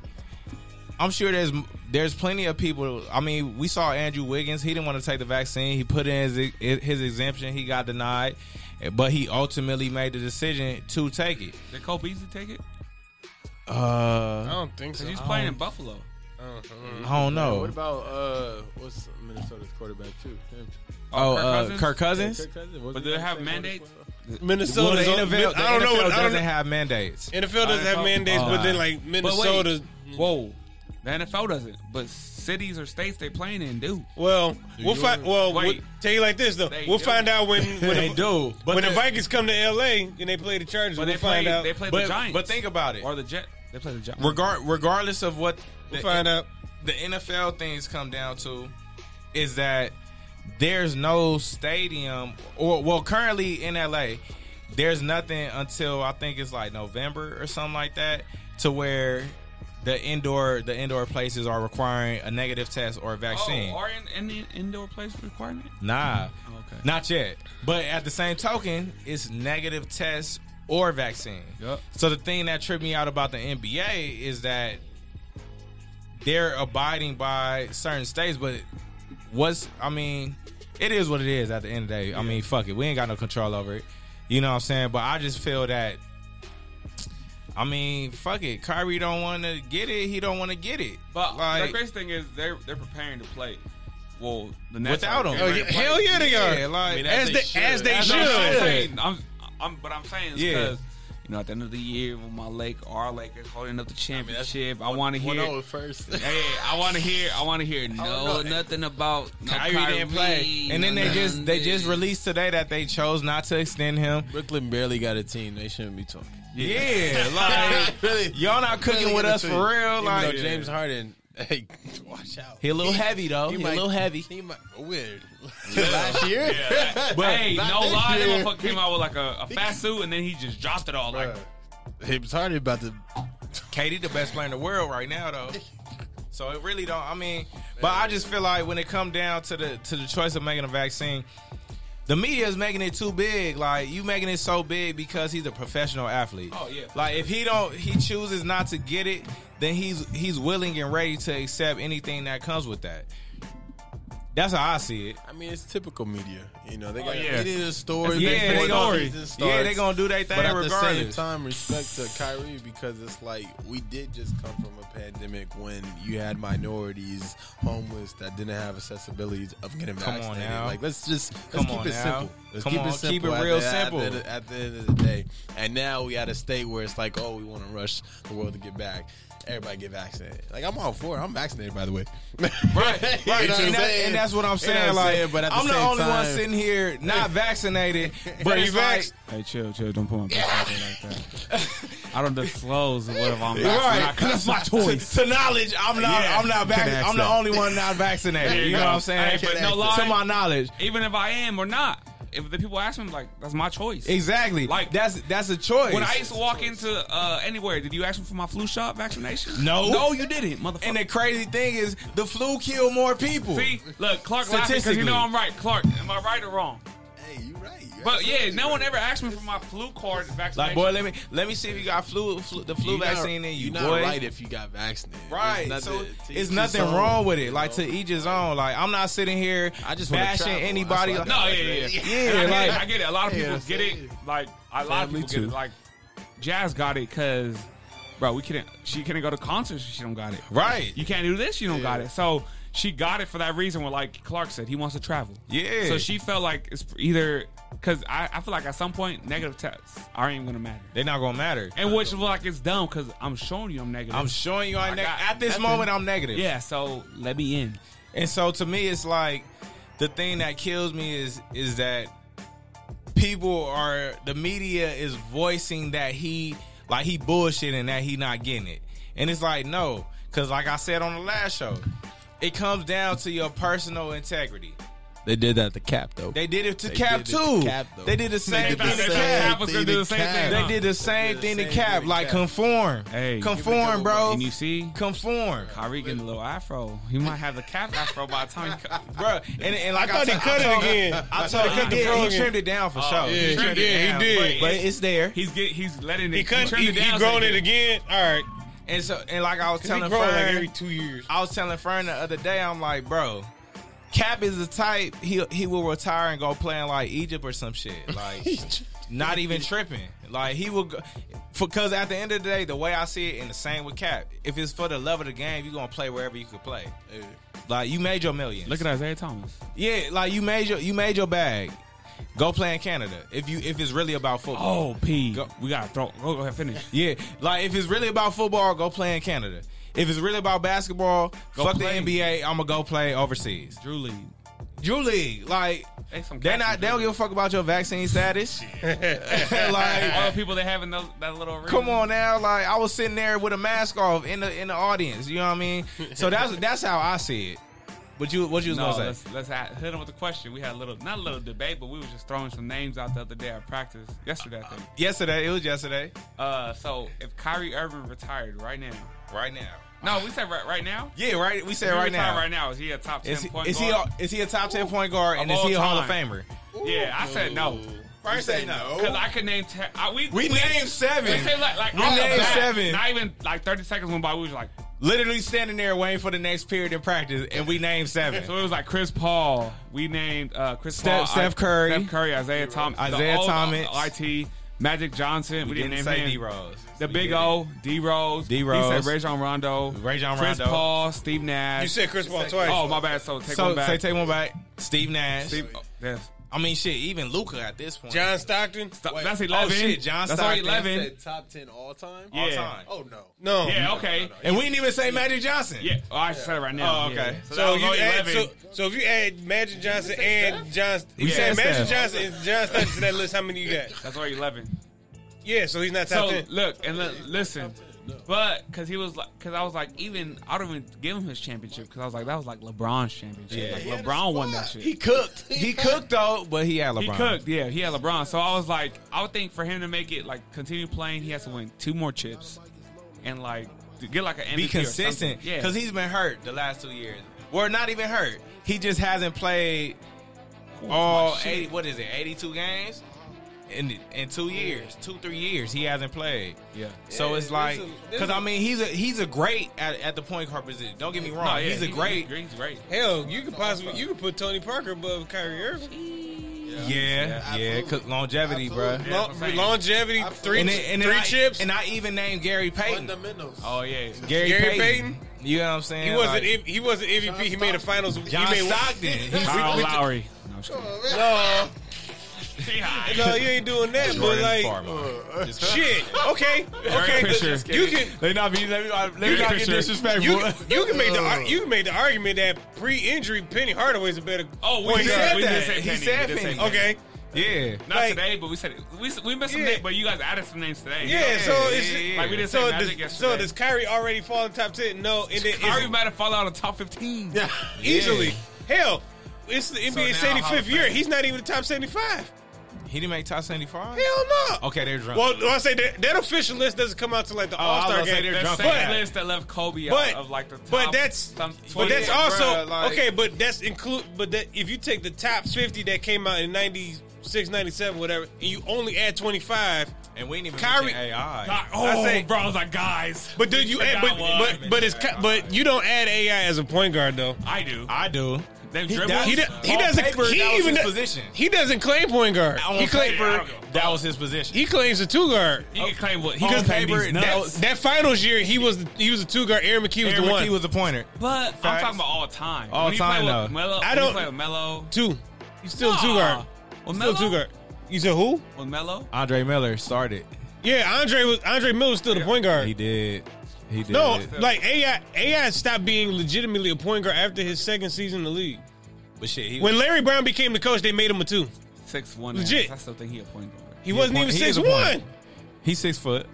S5: I'm sure there's there's plenty of people. I mean, we saw Andrew Wiggins. He didn't want to take the vaccine. He put in his his exemption. He got denied, but he ultimately made the decision to take it.
S3: Did Cole Beasley take it?
S1: I don't think so.
S3: Because he's
S5: Um,
S3: playing in Buffalo.
S5: Uh, I don't know.
S6: What about uh, what's Minnesota's quarterback too? Him.
S5: oh,
S3: Kirk
S5: uh,
S3: Cousins?
S5: Kirk Cousins.
S6: Kirk Cousins, wasn't
S3: But do they
S6: that
S3: have
S6: same one
S3: mandates?
S6: as well?
S5: Well,
S1: Minnesota.
S5: the NFL, the
S1: I don't know.
S5: NFL
S1: What, I don't
S5: doesn't
S1: know.
S5: have mandates.
S1: NFL doesn't have
S3: NFL?
S1: mandates,
S3: Oh.
S1: but then like Minnesota.
S3: Whoa. The NFL doesn't, but cities or states they playing in do.
S1: Well, we'll
S6: you
S1: find.
S6: ever-
S1: Well,
S3: Wait.
S1: we'll tell you like this though.
S3: They
S1: We'll
S3: do.
S1: find out when when
S5: They
S1: the,
S5: do, but
S1: when the,
S5: the-
S1: Vikings come to LA and they play the Chargers.
S3: But
S1: we'll
S3: they play
S1: find out.
S3: they play the
S5: But,
S3: Giants.
S5: but think about it.
S3: or the Jet they play the Giants.
S5: Regard regardless of what
S1: we'll
S5: the-
S1: find out.
S5: the NFL things come down to is that there's no stadium or well currently in LA there's nothing until I think it's like November or something like that to where the indoor the indoor places are requiring a negative test or a vaccine.
S3: Oh, or in, in the indoor place requirement?
S5: nah.
S3: Oh, Okay.
S5: Not yet. But at the same token, it's negative tests or vaccine.
S3: Yup.
S5: So the thing that tripped me out about the NBA is that they're abiding by certain states, but what's I mean, it is what it is at the end of the day. I mean, fuck it. We ain't got no control over it. You know what I'm saying? But I just feel that I mean, fuck it. Kyrie don't want to get it. He don't want to get it.
S3: But
S5: Like-
S3: the crazy thing is they're they're preparing to play. Well, the Nets
S5: Without
S3: are-
S5: him.
S3: they're
S5: Oh,
S1: yeah,
S3: ready to play.
S1: hell yeah, they are.
S5: Yeah, like- I mean,
S1: as, they, as they
S5: As
S1: should.
S3: No,
S5: they
S3: I'm
S5: should.
S3: saying, I'm, I'm, but I'm saying,
S5: Yeah.
S3: because you know, at the end of the year, when my Lake, our Lakers holding up the championship, I, want to
S6: One
S3: hear.
S6: over first.
S3: Hey, I want to hear. I want to hear no, nothing about no
S5: Kyrie didn't play, and then they just they just released today that they chose not to extend him.
S6: Brooklyn barely got a team. They shouldn't be talking.
S5: Yeah, like
S6: really,
S5: y'all not cooking with us for real.
S6: Even though
S5: Like
S6: James Harden. Hey, watch out.
S5: he a little heavy though. He, a little heavy.
S6: He might, weird. Last year,
S3: But hey, no
S6: Not this
S3: lie,
S6: year.
S3: that motherfucker came out with like a, a fast suit, and then he just dropped it all. Like,
S6: James Harden about to.
S5: Katie, the best player in the world right now though. So it really don't. I mean, but I just feel like when it come down to the to the choice of making a vaccine, the media is making it too big. Like you making it so big because he's a professional athlete.
S3: Oh, yeah.
S5: Like if he don't, he chooses not to get it, then he's he's willing and ready to accept anything that comes with that. That's how I see it.
S6: I mean, it's typical media. You know, they
S5: Oh,
S6: got
S3: yeah.
S6: it is a story.
S3: Yeah,
S6: before
S3: they
S6: the
S3: gonna-
S6: season
S5: yeah,
S6: starts.
S5: they gonna do their thing
S6: But at
S5: regardless.
S6: the same time, respect to Kyrie because it's like we did just come from a pandemic when you had minorities, homeless that didn't have accessibilities of getting
S5: Come on
S6: vaccinated.
S5: now.
S6: Like let's just
S5: Come
S6: let's keep
S5: on
S6: it
S5: now.
S6: simple. Let's
S5: Come
S6: keep
S5: on,
S6: it
S5: keep
S6: simple.
S5: it
S6: at
S5: real
S6: the- at the-
S5: simple.
S6: at the end of the day, and now we at a state where it's like, oh, we want to rush the world to get back. Everybody get vaccinated. Like I'm all for it. I'm vaccinated, by the way. right, right.
S5: and, that- and that's what I'm saying. like,
S6: but at the
S5: I'm the
S6: same
S5: only one
S6: time-
S5: sitting here not vaccinated, but
S1: But you
S5: it's like,
S1: vax-
S3: Hey, chill, chill. Don't put my back out there like that. I don't disclose what if I'm
S5: right?
S3: Because that's my choice.
S5: To, to knowledge, I'm not.
S3: Yeah.
S5: I'm not. Vac-
S6: ask
S5: I'm the
S6: that.
S5: only one not vaccinated.
S3: There
S5: You,
S3: you
S5: know
S3: go.
S5: what I'm saying?
S3: Hey, but no
S5: to
S3: lie.
S5: my knowledge,
S3: Even if I am or not, if the people ask me, I'm like, that's my choice.
S5: exactly. Like
S3: Like-
S5: that's that's a choice.
S3: When I used to walk into uh, anywhere, did you ask me for my flu shot vaccination?
S5: No.
S3: no, you didn't, motherfucker.
S5: and the crazy thing is, the flu killed more people.
S3: See, look, Clark laughing because you
S5: Statistically.
S3: know I'm right. Clark, am I right or wrong?
S6: Hey, you right. You
S3: But yeah,
S6: absolutely
S3: no one
S6: right.
S3: ever asked me for my flu card vaccination.
S5: Like boy, let me let me see if you got flu, flu the flu
S6: You not-
S5: vaccine in you,
S6: you
S5: boy.
S6: not right if you got vaccinated.
S5: Right.
S6: There's
S5: so
S6: to each
S5: it's
S6: his
S5: nothing
S6: own,
S5: wrong with
S6: you
S5: it. Like
S6: know?
S5: to each his own. Like I'm not sitting here
S6: I just wanna
S5: bashing
S6: travel. That's
S5: anybody.
S6: why I
S5: Like,
S3: No, yeah, yeah,
S5: Yeah,
S3: And I get
S5: like-
S3: it, I get it. A lot of people
S6: Yeah,
S3: get it. Like a lot of people get it. Like Jazz got it because, bro, we couldn't. She couldn't go to concerts. if She don't got it.
S5: right.
S3: You can't do this. You don't got it. So she got it for that reason. Where like Clark said, he wants to travel.
S5: Yeah.
S3: So she felt like it's either because I, I feel like at some point negative tests aren't even gonna matter.
S5: They're not gonna matter.
S3: And which is like it's dumb because I'm showing you I'm negative.
S5: I'm showing you I'm
S3: I
S5: neg-
S3: got
S5: at this
S3: nothing.
S5: moment I'm negative.
S3: yeah. So let me in.
S5: And so to me it's like the thing that kills me is is that people are the media is voicing that he like he bullshitting that he not getting it. And it's like no, cuz like I said on the last show, it comes down to your personal integrity.
S6: They did that to Cap though.
S5: They did it to
S6: They
S5: Cap
S6: did it
S5: too.
S6: to Cap, though.
S5: they did the same
S3: did the
S5: thing to
S3: same
S5: Cap.
S3: thing. was gonna do the same thing,
S5: They
S3: huh?
S5: did the same
S6: the
S5: thing to
S6: same thing
S5: Cap.
S6: to
S5: Like
S6: Cap.
S5: conform,
S3: Hey.
S5: conform, bro.
S3: And you see,
S5: Conform,
S3: Kyrie getting a little afro. He might have the cap afro by the time he co-
S5: bro. And, and like I,
S1: thought he
S5: t- I
S1: cut it
S5: told,
S1: again.
S5: I told
S3: he cut the
S5: he,
S1: fro
S5: did, he
S1: again.
S5: trimmed it down for
S3: Oh,
S5: sure.
S1: Oh, yeah,
S5: he
S1: he
S5: trimmed
S1: did,
S5: it
S1: he
S5: down,
S1: did.
S5: But it's there.
S3: He's get he's letting it.
S1: He cut.
S3: trimmed
S1: He,
S3: down
S1: he
S3: so
S1: grown
S3: he
S1: it
S3: can-
S1: again. All right.
S5: And so and like I was
S1: He
S5: telling
S1: grown
S5: Fern,
S1: like every two years.
S5: I was telling Fern the other day, I'm like, bro, Cap is the type he he will retire and go play in like Egypt or some shit. Like, not even tripping. Like he will go because at the end of the day, the way I see it, and the same with Cap, if it's for the love of the game, you're gonna play wherever you could play. Like you made your millions.
S3: Look at Isaiah Thomas.
S5: yeah, like you made your you made your bag. Go play in Canada if you if it's really about football.
S3: Oh, P.
S5: Go-
S3: We gotta throw. Go, go ahead, finish.
S5: Yeah, like if it's really about football, go play in Canada. If it's really about basketball,
S3: Go
S5: fuck
S3: play.
S5: the NBA. I'm gonna go play overseas.
S3: Drew Lee.
S5: Drew League, like
S3: They some
S5: they
S3: cats
S5: not
S3: in
S5: they
S3: Drew
S5: don't give a
S3: League.
S5: fuck about your vaccine status.
S3: All the
S5: like, uh,
S3: people they have in those, that little. Arena.
S5: come on now, like I was sitting there with a mask off in the in the audience. You know what I mean? So that's that's how I see it. But you what you was
S3: No,
S5: gonna say?
S3: let's, let's ha- hit him with a question. We had a little, not a little debate, but we was just throwing some names out the other day at practice yesterday. I think.
S5: Yesterday it was yesterday.
S3: Uh, so if Kyrie Irving retired right now,
S5: Right now.
S3: no, we said right, right now.
S5: Yeah, right. We said
S3: If he
S5: right
S3: retired
S5: now.
S3: Right now, is he a top ten
S5: Is he
S3: point
S5: is he,
S3: guard?
S5: a, is he a top ten point guard and
S3: Of
S5: is he a
S3: all
S5: Hall of
S3: time.
S5: Famer?
S3: yeah, I said no.
S5: First say no.
S3: Because I could name ten. I, we,
S5: We named seven.
S3: We said like, like
S5: We
S3: off the
S5: named
S3: bat,
S5: seven.
S3: Not even like thirty seconds went by. We was like,
S5: Literally standing there waiting for the next period in practice, and we named seven.
S3: so it was like Chris Paul. We named uh, Chris
S5: Steph-
S3: Paul,
S5: Steph
S3: I-
S5: Curry.
S3: Steph Curry, Isaiah Thomas, the
S5: Isaiah
S3: old,
S5: Thomas.
S3: uh, it, Magic Johnson. We,
S5: We
S3: didn't
S5: didn't
S3: name
S5: say
S3: him.
S5: D Rose.
S3: The Big O, D Rose,
S5: D Rose.
S3: He said Rajon Rondo,
S5: Rajon
S3: Chris
S5: Rondo.
S3: Paul, Steve Nash.
S1: You said Chris Paul twice.
S3: Oh my bad. So take
S5: So
S3: one back.
S5: say take one back. Steve Nash.
S3: Steve- oh, yes.
S5: I mean, shit. Even Luca at this point.
S1: John Stockton.
S3: Th- That's eleven.
S5: shit, John
S3: That's only
S5: Stockton
S3: eleven.
S6: Said top ten all time.
S3: yeah.
S5: time.
S6: Oh no.
S1: No.
S3: Yeah. Okay.
S5: And we didn't even say Magic Johnson.
S3: Yeah. Oh, I said it right now.
S5: Oh, okay.
S3: Yeah. So, that
S1: So
S3: was
S1: you
S3: only
S1: add,
S3: eleven.
S1: so, so if you add Magic Johnson and John, you
S5: said
S1: said Magic
S5: Steph.
S1: Johnson and John Stockton to that list. How many you got?
S3: That's only eleven.
S1: Yeah, so he's not top
S3: So
S1: ten.
S3: look and li- listen, but because he was like, because I was like, even I don't even give him his championship because I was like, that was like LeBron's championship. Like, LeBron won that shit.
S5: He cooked. He cooked though, but he had LeBron.
S3: He cooked, yeah. He had LeBron, so I was like, I would think for him to make it, like, continue playing, he has to win two more chips, and like to get like an MVP
S5: Be
S3: or something.
S5: consistent.
S3: yeah.
S5: Because he's been hurt the last two years. Or not even hurt. He just hasn't played all
S3: Oh, shit.
S5: Oh, eighty. What is it? Eighty-two games. in in two years, two three years, he hasn't played.
S3: Yeah.
S5: So it's
S1: there's
S5: like,
S1: a- there's
S5: because
S1: a-
S5: I mean, he's a he's a great at, at the point guard position. Don't get me wrong, he's a great.
S3: He's great.
S1: Hell, you could possibly you could put Tony Parker above Kyrie Irving.
S5: Yeah, yeah, because longevity, bro.
S6: Absolutely.
S1: Long,
S3: I'm saying.
S1: longevity, three
S5: And, then- and then
S1: three
S5: I,
S1: chips.
S5: and I even named Gary Payton.
S6: Fundamentals.
S3: Oh yeah.
S5: Gary,
S1: Gary
S5: Payton.
S1: Payton?
S5: You know what I'm saying?
S1: he wasn't
S5: Like,
S1: M- he wasn't MVP. He made the finals.
S5: John
S1: he made one-
S5: Stockton. He's-
S3: Kyle
S1: we- we-
S3: Lowry. No, I'm just kidding.
S1: No,
S3: Yeah.
S1: no, you ain't doing that. But
S5: Jordan
S1: like,
S5: Farmer. Just-
S1: shit. Okay, okay.
S3: Fisher.
S1: You can
S5: Let me not be. Let me, let me
S3: Gary
S5: not get
S3: Fisher.
S5: disrespectful.
S1: you, can- you can make the ar- you can make the argument that pre-injury Penny Hardaway's a better.
S3: Oh, we
S1: point
S5: he
S3: did.
S1: guard.
S5: said
S3: We
S5: that.
S3: say
S5: he
S3: Penny.
S5: said
S3: We did say
S5: Penny.
S3: Penny.
S1: Okay,
S5: Yeah.
S3: Not
S1: Like-
S3: today, but we said we we missed some
S1: Yeah.
S3: names, but you guys added some names today.
S1: yeah. so it's
S5: yeah,
S3: like we didn't
S1: so
S3: say Magic
S1: does,
S3: yesterday.
S1: so does Kyrie already fall in top ten? No, and then
S3: Kyrie
S1: it's-
S3: might have fallen out of top fifteen. Yeah.
S1: easily. Hell, it's the NBA
S5: now
S1: seventy
S5: Hall of
S1: fifth
S5: Fame.
S1: year. He's not even the top seventy five.
S5: He didn't make top seventy five.
S1: Hell no.
S5: Okay, they're drunk.
S1: Well, I say that, that official list doesn't come out to like the
S3: Oh,
S5: I
S1: All
S5: was
S1: Star
S5: gonna say
S1: game.
S5: they're
S3: That
S5: drunk
S3: same
S5: on that.
S3: list that left Kobe out
S1: But
S3: of like the top.
S1: but that's
S3: some
S1: but
S3: 20.
S1: that's
S5: bruh,
S1: also
S5: like-
S1: okay. But that's include. But that if you take the top fifty that came out in 96, 97, whatever, and you only add twenty five.
S5: and we didn't even
S1: Kyrie-
S5: mention AI.
S3: Like, oh,
S1: I say-
S3: bro, I was like, guys.
S1: But then you add, but, but but it's ca- but you don't add AI as a point guard though.
S3: I do.
S5: I do.
S3: Them
S5: He-
S3: dribbles.
S1: He, do, he
S5: On
S1: doesn't.
S5: paper,
S1: he
S5: that was
S1: even
S5: his
S1: do-
S5: position.
S1: He doesn't claim point guard.
S5: On
S1: He, claim,
S5: paper,
S3: I don't
S5: that was his position.
S1: he claims a two guard.
S3: You can claim what he
S5: On
S3: can claim
S5: paper,
S3: these
S5: that-
S1: That,
S3: nuts.
S1: that finals year, he was he was a two guard. Aaron McKee was
S5: Aaron
S1: the one.
S5: McKee was a pointer.
S3: But I'm
S5: Facts.
S3: talking about all time.
S5: All
S3: When you play
S5: time,
S3: with
S5: though.
S3: Melo,
S1: I
S3: when
S1: don't-
S3: You play with Melo.
S1: two. You still a two
S3: Nah.
S1: guard.
S3: With
S1: Still
S3: Melo.
S1: a two guard. You said who?
S3: With Melo.
S5: Andre Miller started.
S1: Yeah, Andre was Andre Miller was still the point guard.
S5: He did. He did.
S1: no, like AI AI stopped being legitimately a point guard after his second season in the league.
S5: but shit, he
S1: When Larry Brown became the coach, they made him a two.
S3: Six one.
S1: Legit.
S3: I still think he a point guard.
S1: He wasn't
S5: point-
S1: even
S5: he
S1: six
S5: is a
S1: one.
S5: point. he's six foot.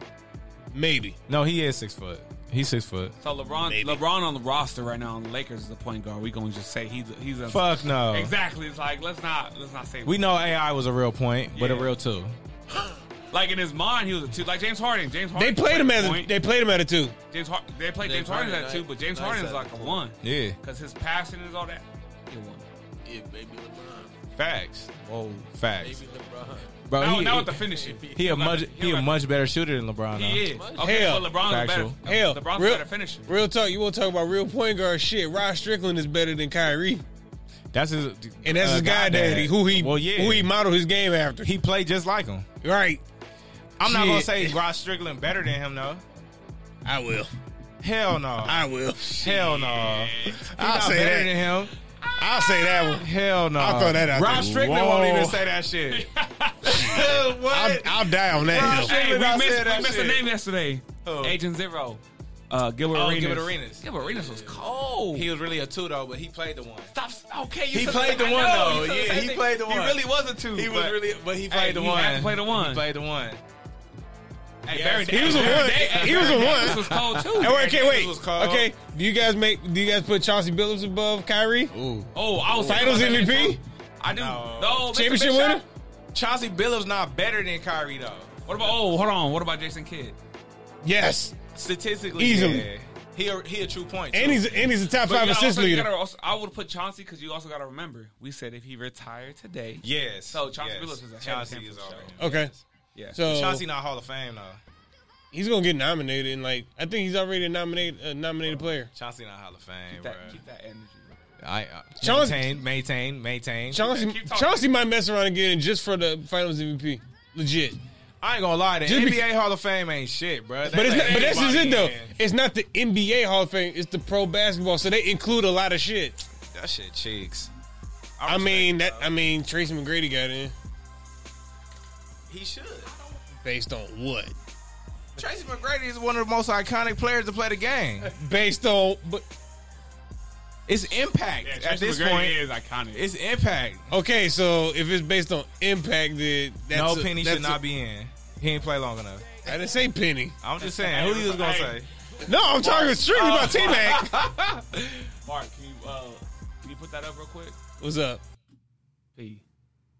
S1: Maybe.
S5: No, he is six foot. He's six foot.
S3: So LeBron,
S1: Maybe.
S3: LeBron on the roster right now on the Lakers is the point guard. We gonna just say he's a, he's a
S5: Fuck no.
S3: Exactly. It's like let's not let's not say
S5: We know AI was a real point, but a
S3: Yeah.
S5: real two.
S3: like in his mind he was a two like James Harden. James Harden
S1: They played him as a,
S3: point.
S1: they played him at a two.
S3: James Har- they played
S6: James
S3: James Harden
S6: Harden
S3: at two,
S6: nine-
S3: but James
S6: nine
S3: Harden's
S6: seven
S3: like a
S6: point.
S3: one
S5: Yeah.
S3: because his passion is all that. He a one.
S6: Yeah, baby LeBron.
S5: Facts. Whoa. Facts.
S6: Baby LeBron.
S5: Bro,
S3: Now,
S5: he,
S3: now with the finishing,
S5: he a much he a
S3: like-
S5: much better shooter than LeBron.
S3: He
S5: though.
S3: is. Okay,
S1: Hell.
S3: but LeBron's
S5: Factual.
S3: better.
S1: Hell,
S3: LeBron's
S1: real-
S3: better finisher.
S1: Real talk, you want to talk about real point guard shit. Rod Strickland is better than Kyrie.
S5: That's his
S1: And that's
S5: uh,
S1: his guy daddy, who he
S5: Well, yeah.
S1: who he modeled his game after.
S5: he played just like him.
S1: right.
S5: I'm not gonna
S1: Shit.
S5: say Rod Strickland better than him though.
S1: I will.
S5: Hell no.
S1: I will.
S5: Hell no. He not
S1: say
S5: better
S1: that.
S5: than him.
S1: I'll say that one.
S5: Hell no.
S1: I'll throw that out
S5: Rod
S1: there.
S5: Strickland
S1: Whoa.
S5: won't even say that shit. what?
S1: I'll, I'll die on that hill.
S3: Hey, we
S5: Strickland, I
S3: missed,
S5: said
S3: we
S5: that
S3: missed a
S5: shit.
S3: name yesterday.
S5: Who?
S3: Agent Zero. Uh, Gilbert
S5: Oh,
S3: Arenas.
S5: Gilbert Arenas.
S3: Gilbert Arenas was cold.
S5: he was really a two though, but he played the one.
S3: Stop. Okay, you
S5: He
S3: said
S5: played
S3: that-
S5: the
S3: I
S5: one,
S3: know,
S5: though.
S3: you said
S5: Yeah,
S3: the same
S5: he
S3: thing.
S5: played the
S3: He
S5: one.
S3: really was a two.
S5: He was
S3: but-
S5: really, but he
S3: Hey,
S5: played the
S3: he
S5: one.
S3: had to play the one.
S5: He played the one.
S3: Hey,
S5: Barry
S1: He was a one. He was a
S3: This
S1: one.
S3: was cold too.
S1: Oh, okay, wait.
S5: was called-
S1: Okay, do you guys make? Do you guys put Chauncey Billups above Kyrie?
S3: Oh, I was
S1: Finals
S3: thinking about that
S1: MVP?
S3: before. I do. No,
S5: No.
S3: that's a
S1: Championship
S3: big shot.
S1: winner?
S5: Chauncey Billups not better than Kyrie though.
S3: What about? Oh, hold on. What about Jason Kidd?
S1: Yes,
S5: Statistically,
S1: Easily.
S5: yeah. he a, he a true point.
S1: and
S5: too.
S1: he's and he's a top
S3: But
S1: five
S3: you gotta
S1: assist
S3: also- you
S1: leader.
S3: gotta also- I would put Chauncey because you also got to remember we said if he retired today,
S5: yes.
S3: So Chauncey
S5: yes.
S3: Billups is ahead of him
S5: Chauncey
S3: for
S5: is
S3: sure.
S5: over. him.
S1: Okay,
S3: yeah.
S1: so
S5: Chauncey not Hall of Fame though.
S1: he's gonna get nominated, and like I think he's already a nominated a nominated player.
S5: Chauncey not Hall of Fame,
S3: keep
S5: bro.
S3: that, keep that energy. bro.
S5: I, I
S1: Chauncey-
S5: maintain, maintain, maintain.
S1: Chauncey
S3: Keep talking.
S1: Chauncey might mess around again just for the Finals MVP. Legit,
S5: I ain't gonna lie, the
S1: Just
S5: NBA
S1: be-
S5: Hall of Fame ain't shit, bro.
S1: but it's not, but this is it though. It's not the NBA Hall of Fame; it's the pro basketball. So they include a lot of shit.
S5: That shit cheeks.
S1: I mean that. I mean Tracy McGrady got in
S5: he should.
S1: based on what?
S5: Tracy McGrady is one of the most iconic players to play the game.
S1: Based on but
S5: It's impact at
S3: Tracy
S5: this
S3: McGrady
S5: point.
S3: is iconic.
S5: It's impact.
S1: okay. So if it's based on impact, then that's
S5: no
S1: a-
S5: Penny
S1: that's
S5: should not
S1: a-
S5: be in. He ain't play long enough.
S1: I didn't say Penny.
S5: I'm just saying. Who you was gonna say? Oh.
S1: No, I'm talking strictly about T Mac.
S3: Mark, can you uh, can you put that up real quick?
S1: What's up?
S3: P.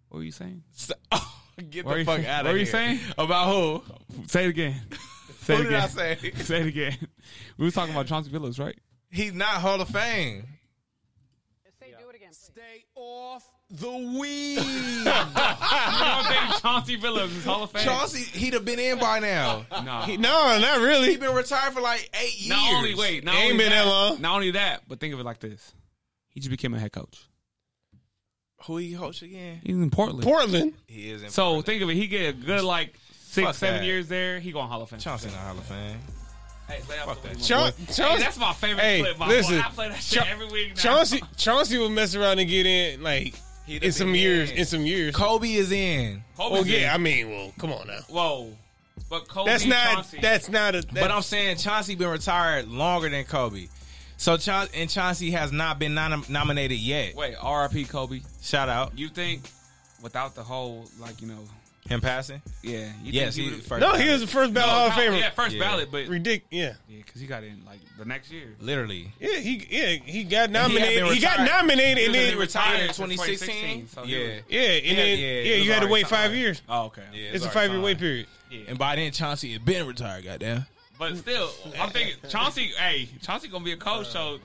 S3: What were you saying? oh,
S5: Get
S3: What are
S5: the
S3: you-
S5: fuck out of here.
S3: what are you saying?
S5: about who?
S3: Say it again. Say
S5: Who did I say?
S3: Say it again. We were talking about Chauncey Billups, right?
S5: He's not Hall of Fame.
S9: Say, do it again.
S8: Stay off the weed.
S3: I don't think Chauncey Phillips is Hall of Fame.
S5: Chauncey, he'd have been in by now.
S3: Nah.
S1: No, not
S5: He
S1: really.
S5: been retired for like eight years.
S3: not only wait, not
S1: Ain't
S3: only
S1: been
S3: that,
S1: that long.
S3: Not only that, but think of it like this: he just became a head coach.
S5: Who he hosts again?
S3: He's in Portland.
S1: Portland.
S5: He is in.
S3: so think of it. He get a good like six,
S5: Fuck
S3: seven
S5: that.
S3: years there. He going Hall of Fame.
S5: Chauncey in the Hall of Fame.
S3: Hey, lay off the weed, my
S1: Cha-
S3: boy. Hey,
S1: Chauncey,
S3: that's my favorite
S1: Hey,
S3: clip. My
S1: listen.
S3: boy. I play that shit
S1: Cha-
S3: every week. Now.
S1: Chauncey, Chauncey will mess around and get in like in some years. In some years.
S5: Kobe is in.
S1: Oh
S3: Kobe's
S1: yeah, I
S3: in.
S1: mean, well, come on now.
S3: Whoa, but Kobe.
S1: That's not.
S3: Chauncey.
S1: That's not a. That's,
S5: But I'm saying Chauncey been retired longer than Kobe. So Cha- and Chauncey has not been nom- nominated yet.
S3: Wait, R.I.P. Kobe.
S5: Shout out
S3: You think without the whole like you know,
S5: him passing.
S3: yeah, you think
S5: Yes, he
S3: would've-
S5: first.
S1: no, he was the first
S3: No,
S1: ballot Hall of
S3: not-
S1: Famer.
S3: Yeah, first
S5: Yeah.
S3: ballot, but yeah,
S1: Ridic- yeah.
S3: because he got in like the next year.
S5: literally.
S1: Yeah, he yeah he got
S5: had been
S1: nominated. He, got
S5: retired.
S1: nominated and
S5: He
S1: then
S5: retired in
S3: Yeah, since
S5: 2016.
S3: 2016, so he
S5: yeah.
S3: was-
S1: yeah and
S5: Yeah,
S1: then
S5: yeah,
S1: yeah,
S5: it was
S1: you had to
S5: already
S1: wait five
S5: signed.
S1: years.
S3: Oh, okay.
S5: Yeah,
S1: It's a
S5: already
S1: five year wait period.
S5: And by then Chauncey had been retired. Goddamn.
S3: But still, I'm thinking Chauncey. hey, Chauncey gonna be a coach, so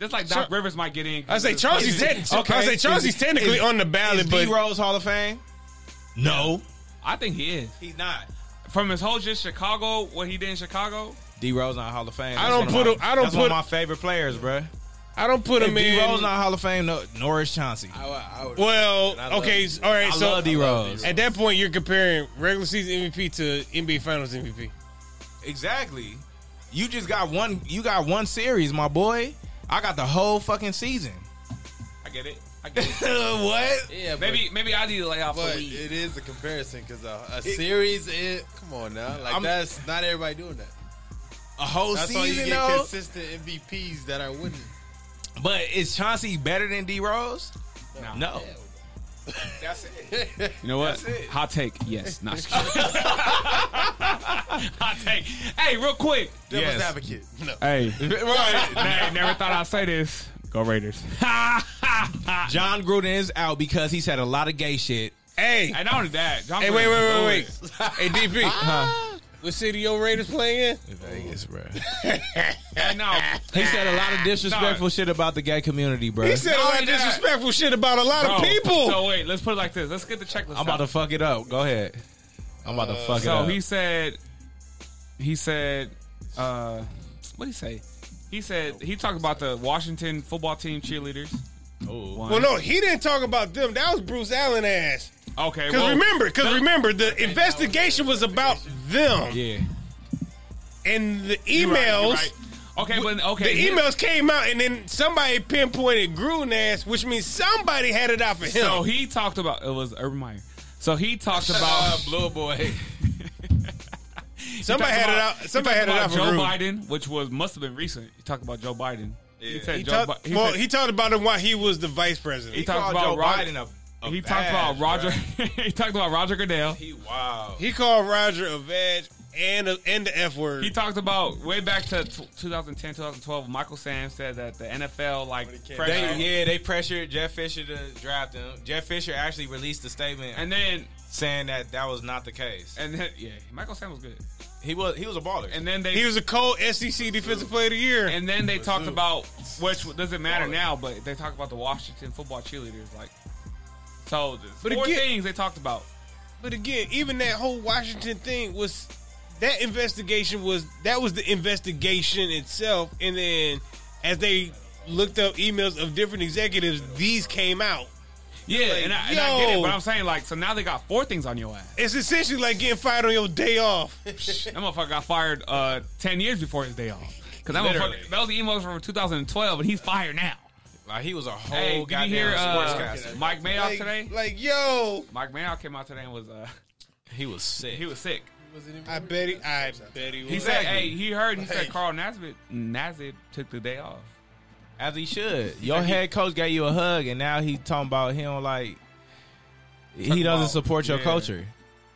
S3: just like Doc
S1: Cha-
S3: Rivers might get in.
S1: I say Chauncey's te-
S5: okay.
S1: I say Chauncey's
S5: Is-
S1: technically
S5: is-
S1: on the ballot,
S5: Is D
S1: but
S5: Rose Hall of Fame? No,
S3: I think he is
S5: he's not.
S3: from his whole just Chicago. What he did in Chicago.
S5: D Rose not Hall of Fame.
S1: I don't
S5: That's one of
S1: put
S5: my-
S1: him- I don't
S5: that's one of
S1: put-
S5: my favorite players, bruh.
S1: I don't put
S5: If
S1: him
S5: D Rose
S1: in.
S5: not Hall of Fame, no, Norris Chauncey. I, I
S1: Well,
S5: love
S1: okay,
S5: D.
S1: s- all right. So
S5: love D Rose.
S1: at that point, you're comparing regular season MVP to NBA Finals MVP.
S5: Exactly. You just got one. You got one series, my boy. I got the whole fucking season.
S3: I get it. I get it.
S1: Uh,
S5: what?
S6: Yeah,
S3: maybe maybe I need to lay off the
S6: But
S3: weed.
S6: it is a comparison because a, a series, it come on now, like
S5: I'm-
S6: that's not everybody doing that.
S5: A whole
S6: That's why you
S5: season
S6: get
S5: though.
S6: consistent MVPs that are winning.
S5: But is Chauncey better than D Rose?
S3: No.
S5: No. That's it.
S3: You know what?
S5: That's it.
S3: Hot take. Yes. Not Hot take. Hey, real quick.
S6: Devil's
S5: Yes.
S6: advocate. No.
S3: Hey,
S5: right.
S3: hey, never thought I'd say this. Go Raiders.
S5: John Gruden is out because he's had a lot of gay shit.
S1: Hey,
S3: And not only that. John
S1: hey,
S3: Gruden
S1: wait, wait,
S3: is
S1: wait,
S3: good.
S1: wait. hey, DP, what city your Raiders playing in?
S5: Vegas, bro.
S3: Hey, no.
S5: He said a lot of disrespectful
S3: Nah.
S5: shit about the gay community, bro.
S1: He said a
S3: No,
S1: lot
S3: he
S1: of
S3: not.
S1: disrespectful shit about a lot of
S3: Bro,
S1: people.
S3: So wait, let's put it like this. Let's get the checklist.
S5: I'm about to
S3: out.
S5: fuck it up. Go ahead. I'm about to fuck it
S3: So
S5: up.
S3: he said, he said, uh, what did he say? He said he talked about the Washington football team cheerleaders.
S5: Ooh.
S3: One.
S1: well, no, he didn't talk about them. That was Bruce Allen ass.
S3: Okay,
S1: Because
S3: well,
S1: remember, because remember, the investigation was about them,
S5: Yeah.
S1: and the
S3: you're right, you're
S1: emails.
S3: right. Okay, but okay,
S1: The
S3: here-
S1: emails came out, and then somebody pinpointed Gruden ass, which means somebody had it out for him.
S3: So he talked about it was Urban Meyer. So he talked about
S5: Blue boy.
S1: somebody had
S3: talked
S1: it
S3: about-
S1: out. Somebody
S3: he
S1: had
S3: talked
S1: it out
S3: about
S1: for
S3: Joe
S1: Gruden.
S3: Biden, which was must have been recent. He talked about Joe Biden. He said
S1: He
S3: Joe
S1: talked,
S3: Bi-
S1: well,
S3: said-
S1: he talked about him while he was the vice president.
S3: He
S1: He,
S3: talked- about Roger-
S5: a, a
S3: he talked about
S5: badge,
S3: Roger.
S5: bruh.
S3: he talked about Roger Goodell.
S5: He wow.
S1: called Roger a vag and a, and the f word.
S3: He talked about way back to t- 2010, 2012. Michael Sam said that the NFL like pressure,
S5: They, yeah, they pressured Jeff Fisher to draft him. Jeff Fisher actually released a statement
S3: and then
S5: saying that that was not the case.
S3: and then yeah, Michael Sam was good.
S5: He was he was a baller.
S3: And then they
S1: he was a cold SEC defensive player of the year.
S3: and then they talked about which doesn't matter now, but they talked about the Washington football cheerleaders like. So there's
S1: But
S3: four
S1: again-
S3: things they talked about.
S1: but again, even that whole Washington thing was that investigation was that was the investigation itself, and then as they looked up emails of different executives, these came out.
S3: Yeah, and, I, and I get it,
S1: yo.
S3: but I'm saying like, so now they got four things on your ass.
S1: It's essentially like getting fired on your day off.
S3: That motherfucker got fired uh, ten years before his day off. Because that
S5: Literally.
S3: motherfucker, that was the emails from 2012, and he's fired now.
S5: like he was a whole
S3: Hey, did you
S5: Oh, goddamn
S3: hear uh,
S5: sportscaster.
S3: Mike Mayock
S1: like,
S3: today?
S1: like, yo,
S3: Mike Mayock came out today and was uh,
S5: he was sick.
S3: he was sick.
S1: I bet he, I bet he was.
S3: He said, "Hey, he heard. He said Carl Nassib Nassib took the day off.
S5: As he should. Your head coach gave you a hug, and now he talking about him like he
S3: Talking
S5: doesn't
S3: about-
S5: support your
S3: yeah.
S5: culture.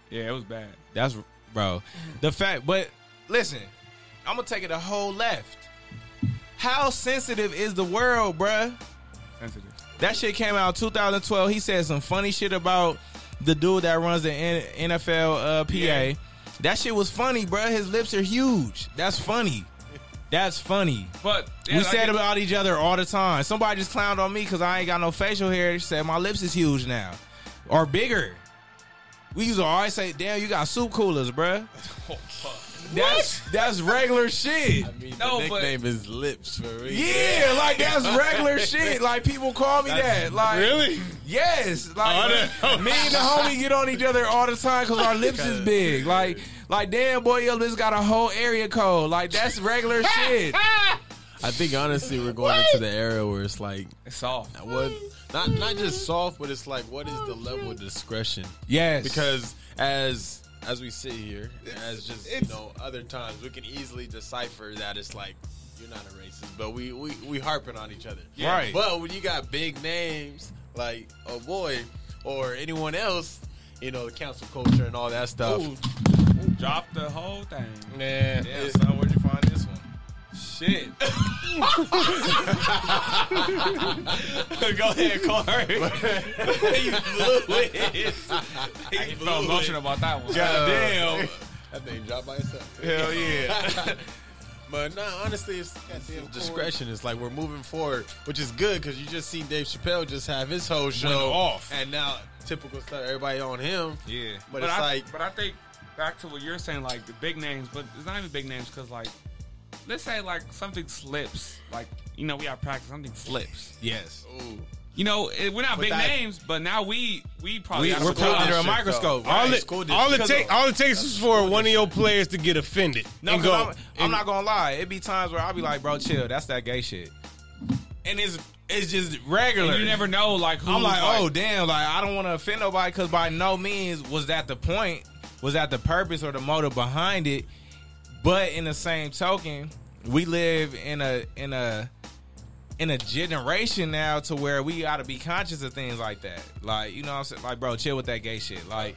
S3: Yeah, it was bad.
S5: That's bro.
S3: Mm-hmm.
S5: The fact, but listen, I'm gonna take it a whole left. How sensitive is the world, bruh?
S3: Sensitive.
S5: That shit came out 2012. He said some funny shit about the dude that runs the N- NFL uh, PA.
S3: Yeah.
S5: That shit was funny, bruh. His lips are huge. That's funny. That's funny.
S3: But
S5: we said about each other all the time. Somebody just clowned on me because I ain't got no facial hair. Said my lips is huge now, or bigger. We used to always say, "Damn, you got soup coolers, bruh." That's that's regular shit.
S3: No, but-
S4: nickname is Lips for real.
S5: Yeah, like that's regular shit. Like people call me that. Like
S1: Really?
S5: Yes,
S1: I
S5: like
S1: didn't know.
S5: me and the homie get on each other all the time because our lips is big. Like, like damn boy, your lips got a whole area code. Like that's regular shit.
S4: I think honestly we're going into the era where it's like
S3: it's soft.
S4: what not not just soft, but it's like what is the level of discretion?
S5: Yes,
S4: Because as as we sit here, as just you
S1: it's-
S4: know, other times we can easily decipher that it's like you're not a racist, but we we, we harping on each other,
S5: Right.
S4: But when you got big names like a boy or anyone else, you know, the council culture and all that stuff.
S3: Drop the whole thing.
S1: Yeah.
S5: Damn, son, where'd you find this one?
S3: Shit.
S5: Go ahead, Corey.
S3: I ain't felt emotional about that one.
S4: Goddamn. that thing dropped by itself. Hell yeah. but no, honestly, it's, it's discretion. It's like we're moving forward, which is good because you just seen Dave Chappelle just have his whole show
S5: off.
S4: and now typical stuff. Everybody on him,
S5: Yeah.
S4: but, it's
S3: I,
S4: like
S3: but I think back to what you're saying, like the big names, but it's not even big names because, like, let's say like something slips, like you know we have practice, something slips.
S5: Yes,
S4: ooh,
S3: You know it, we're not big
S4: that-
S3: names, but now we we
S1: Oh,
S3: probably
S5: we,
S3: out of
S5: are
S3: school.
S5: put under a microscope.
S1: All
S5: right?
S1: it,
S4: school
S1: all it
S4: district.
S1: take, all it takes is for one of your players to get offended.
S5: No,
S1: and
S5: 'cause
S1: go.
S5: I'm, I'm not gonna lie. It be times where I'll be like, bro, chill. That's that gay shit. And it's it's just regular.
S3: You never know, like who.
S5: I'm like, oh damn, like I don't want to offend nobody because by no means was that the point, was that the purpose or the motive behind it. But in the same token, we live in a in a in a generation now to where we gotta be conscious of things like that. Like you know, what I'm saying, like bro, chill with that gay shit. Like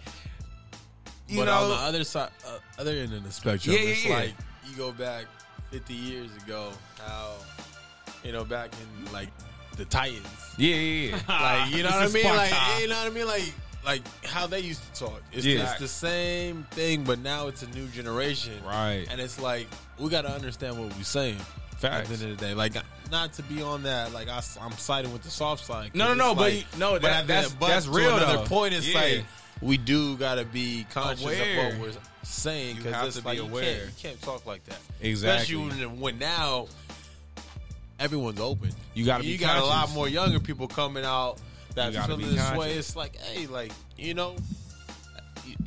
S5: you
S4: but on the
S5: know,
S4: other side, uh, other end of the spectrum,
S5: Yeah, yeah,
S4: it's
S5: yeah.
S4: like you go back 50 years ago, how you know back in like the Titans,
S5: yeah, yeah, yeah.
S4: like you know what I
S5: This is
S4: mean, like
S5: Sparta.
S4: you know what I mean, like like how they used to talk. It's,
S5: Yeah.
S4: it's the same thing, but now it's a new generation,
S5: Right.
S4: And it's like we got to understand what we're saying.
S5: Facts.
S4: At the end of the day, like not to be on that, like I, am siding with the soft side. 'cause
S5: No, no,
S4: it's
S5: no, but
S4: like-
S5: you- no, that-
S4: at the-
S5: that's-
S4: but
S5: that's
S4: to
S5: real,
S4: Another
S5: though.
S4: point, it's
S5: Yeah.
S4: like we do got to be conscious
S5: Aware.
S4: of what we're saying
S5: You have
S4: because
S5: to
S4: it's
S5: be
S4: like You,
S5: aware.
S4: can't, you can't talk like that,
S5: Exactly.
S4: Especially when, when now everyone's open.
S5: You gotta be
S4: you got a lot
S5: conscious.
S4: more younger people coming out that
S5: You gotta
S4: feel
S5: be
S4: this way.
S5: conscious.
S4: It's like, hey, like you know,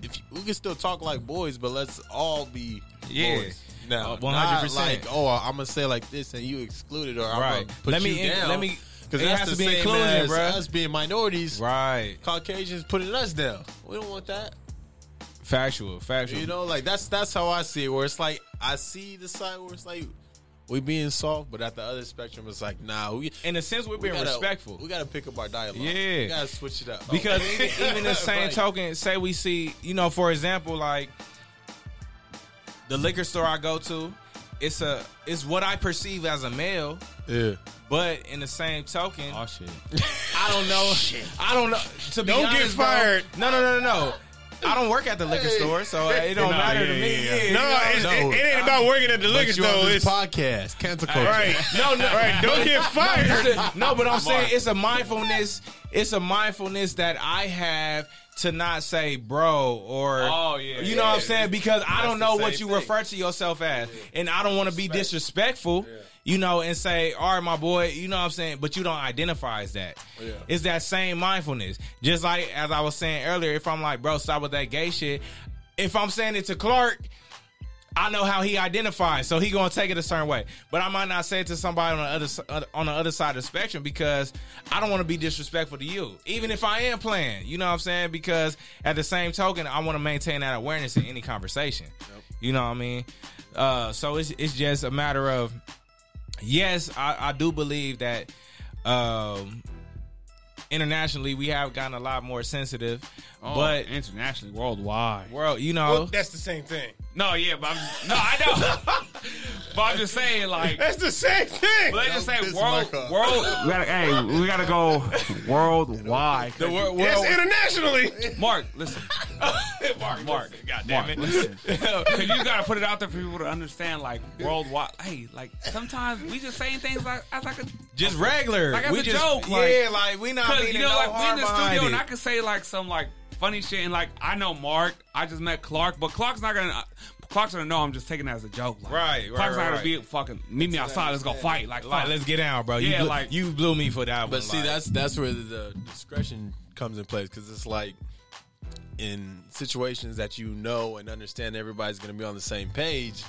S4: if you, we can still talk like boys, but let's all be
S5: Yeah.
S4: boys. Now,
S5: Uh,
S4: not
S5: 100%.
S4: Like, oh, I'm gonna say like this, and you excluded, or I'm
S5: Right.
S4: gonna put
S5: Let
S4: you
S5: me in-
S4: down.
S5: let me-
S4: because
S5: it
S4: that's
S5: has
S4: the
S5: to be
S4: same
S5: inclusion,
S4: as
S5: bruh.
S4: us being minorities.
S5: right.
S4: Caucasians putting us down. We don't want that.
S5: Factual, factual.
S4: You know, like that's that's how I see it. Where it's like I see the side where it's like we being soft, but at the other spectrum, it's like nah, we
S5: in a sense, we're being
S4: gotta-
S5: respectful.
S4: We gotta pick up our dialogue.
S5: Yeah.
S4: we gotta switch it up
S5: Oh, Because even, even the same
S4: Right.
S5: token, say we see, you know, for example, like the liquor store I go to, it's a it's what I perceive as a male,
S4: Yeah.
S5: but in the same token,
S10: Oh shit.
S5: I don't know. I don't know. To be
S1: Don't get
S5: honest, bro,
S1: fired.
S5: no, no, no, no, no. I don't work at the liquor store, so it don't
S10: Nah,
S5: matter to
S10: yeah,
S5: me.
S10: yeah, yeah.
S5: Yeah,
S1: no, it's, it, it ain't about working at the liquor
S4: you on
S1: store.
S4: this
S1: It's
S4: podcast, cancel culture.
S1: right. No, no, right. Don't get fired.
S5: It's a- no, but I'm saying it's a mindfulness. It's a mindfulness that I have to not say bro or
S3: Oh, yeah,
S5: you know what I'm saying because I don't
S4: the
S5: know what
S4: same
S5: you
S4: thing.
S5: refer to yourself as, and I don't want to be disrespectful. You know, and say, all right, my boy, you know what I'm saying, but you don't identify as that. It's that same mindfulness. Just like as I was saying earlier, if I'm like, bro, stop with that gay shit. If I'm saying it to Clark, I know how he identifies, so he gonna take it a certain way. But I might not say it to somebody on the other si- on the other side of the spectrum because I don't want to be disrespectful to you, even if I am playing. You know what I'm saying? Because at the same token, I want to maintain that awareness in any conversation. You know what I mean? Uh, so it's it's just a matter of yes, I, I do believe that um, internationally we have gotten a lot more sensitive,
S3: Oh,
S5: but
S3: internationally, worldwide.
S5: world, you know,
S1: Well, that's the same thing.
S3: No, yeah, but I'm just, no, I know. but I'm just saying, like,
S1: That's the same thing.
S3: let's just say
S4: piss
S3: world,
S4: Mike off.
S3: world. We gotta, hey, we gotta go worldwide.
S1: Yes, internationally.
S3: Mark, listen. Mark, Mark,
S5: God damn it.
S3: listen. 'Cause you gotta put it out there for people to understand, like worldwide. Hey, like sometimes we just saying things like as like a
S5: Just regular.
S3: Like, as
S5: we
S3: a
S5: just,
S3: joke, like-
S5: yeah, like we not
S3: because
S5: meaning
S3: you know
S5: no
S3: like we
S5: harm
S3: in the
S5: behind
S3: studio and
S5: it.
S3: I can say like some like funny shit and like I know Mark, I just met Clark, but Clark's not gonna. uh, Clark's gonna know I'm just taking that as a joke. Like,
S5: Right, right,
S3: Clark's not gonna
S5: right.
S3: be fucking meet me outside. Let's go fight. Like,
S5: Like,
S3: fuck.
S5: let's get down, bro. You
S3: Yeah,
S5: blew,
S3: like-
S5: you blew me for that.
S6: But
S5: one,
S6: see,
S5: like.
S6: that's that's where the discretion comes in place because it's like in situations that you know and understand everybody's going to be on the same page.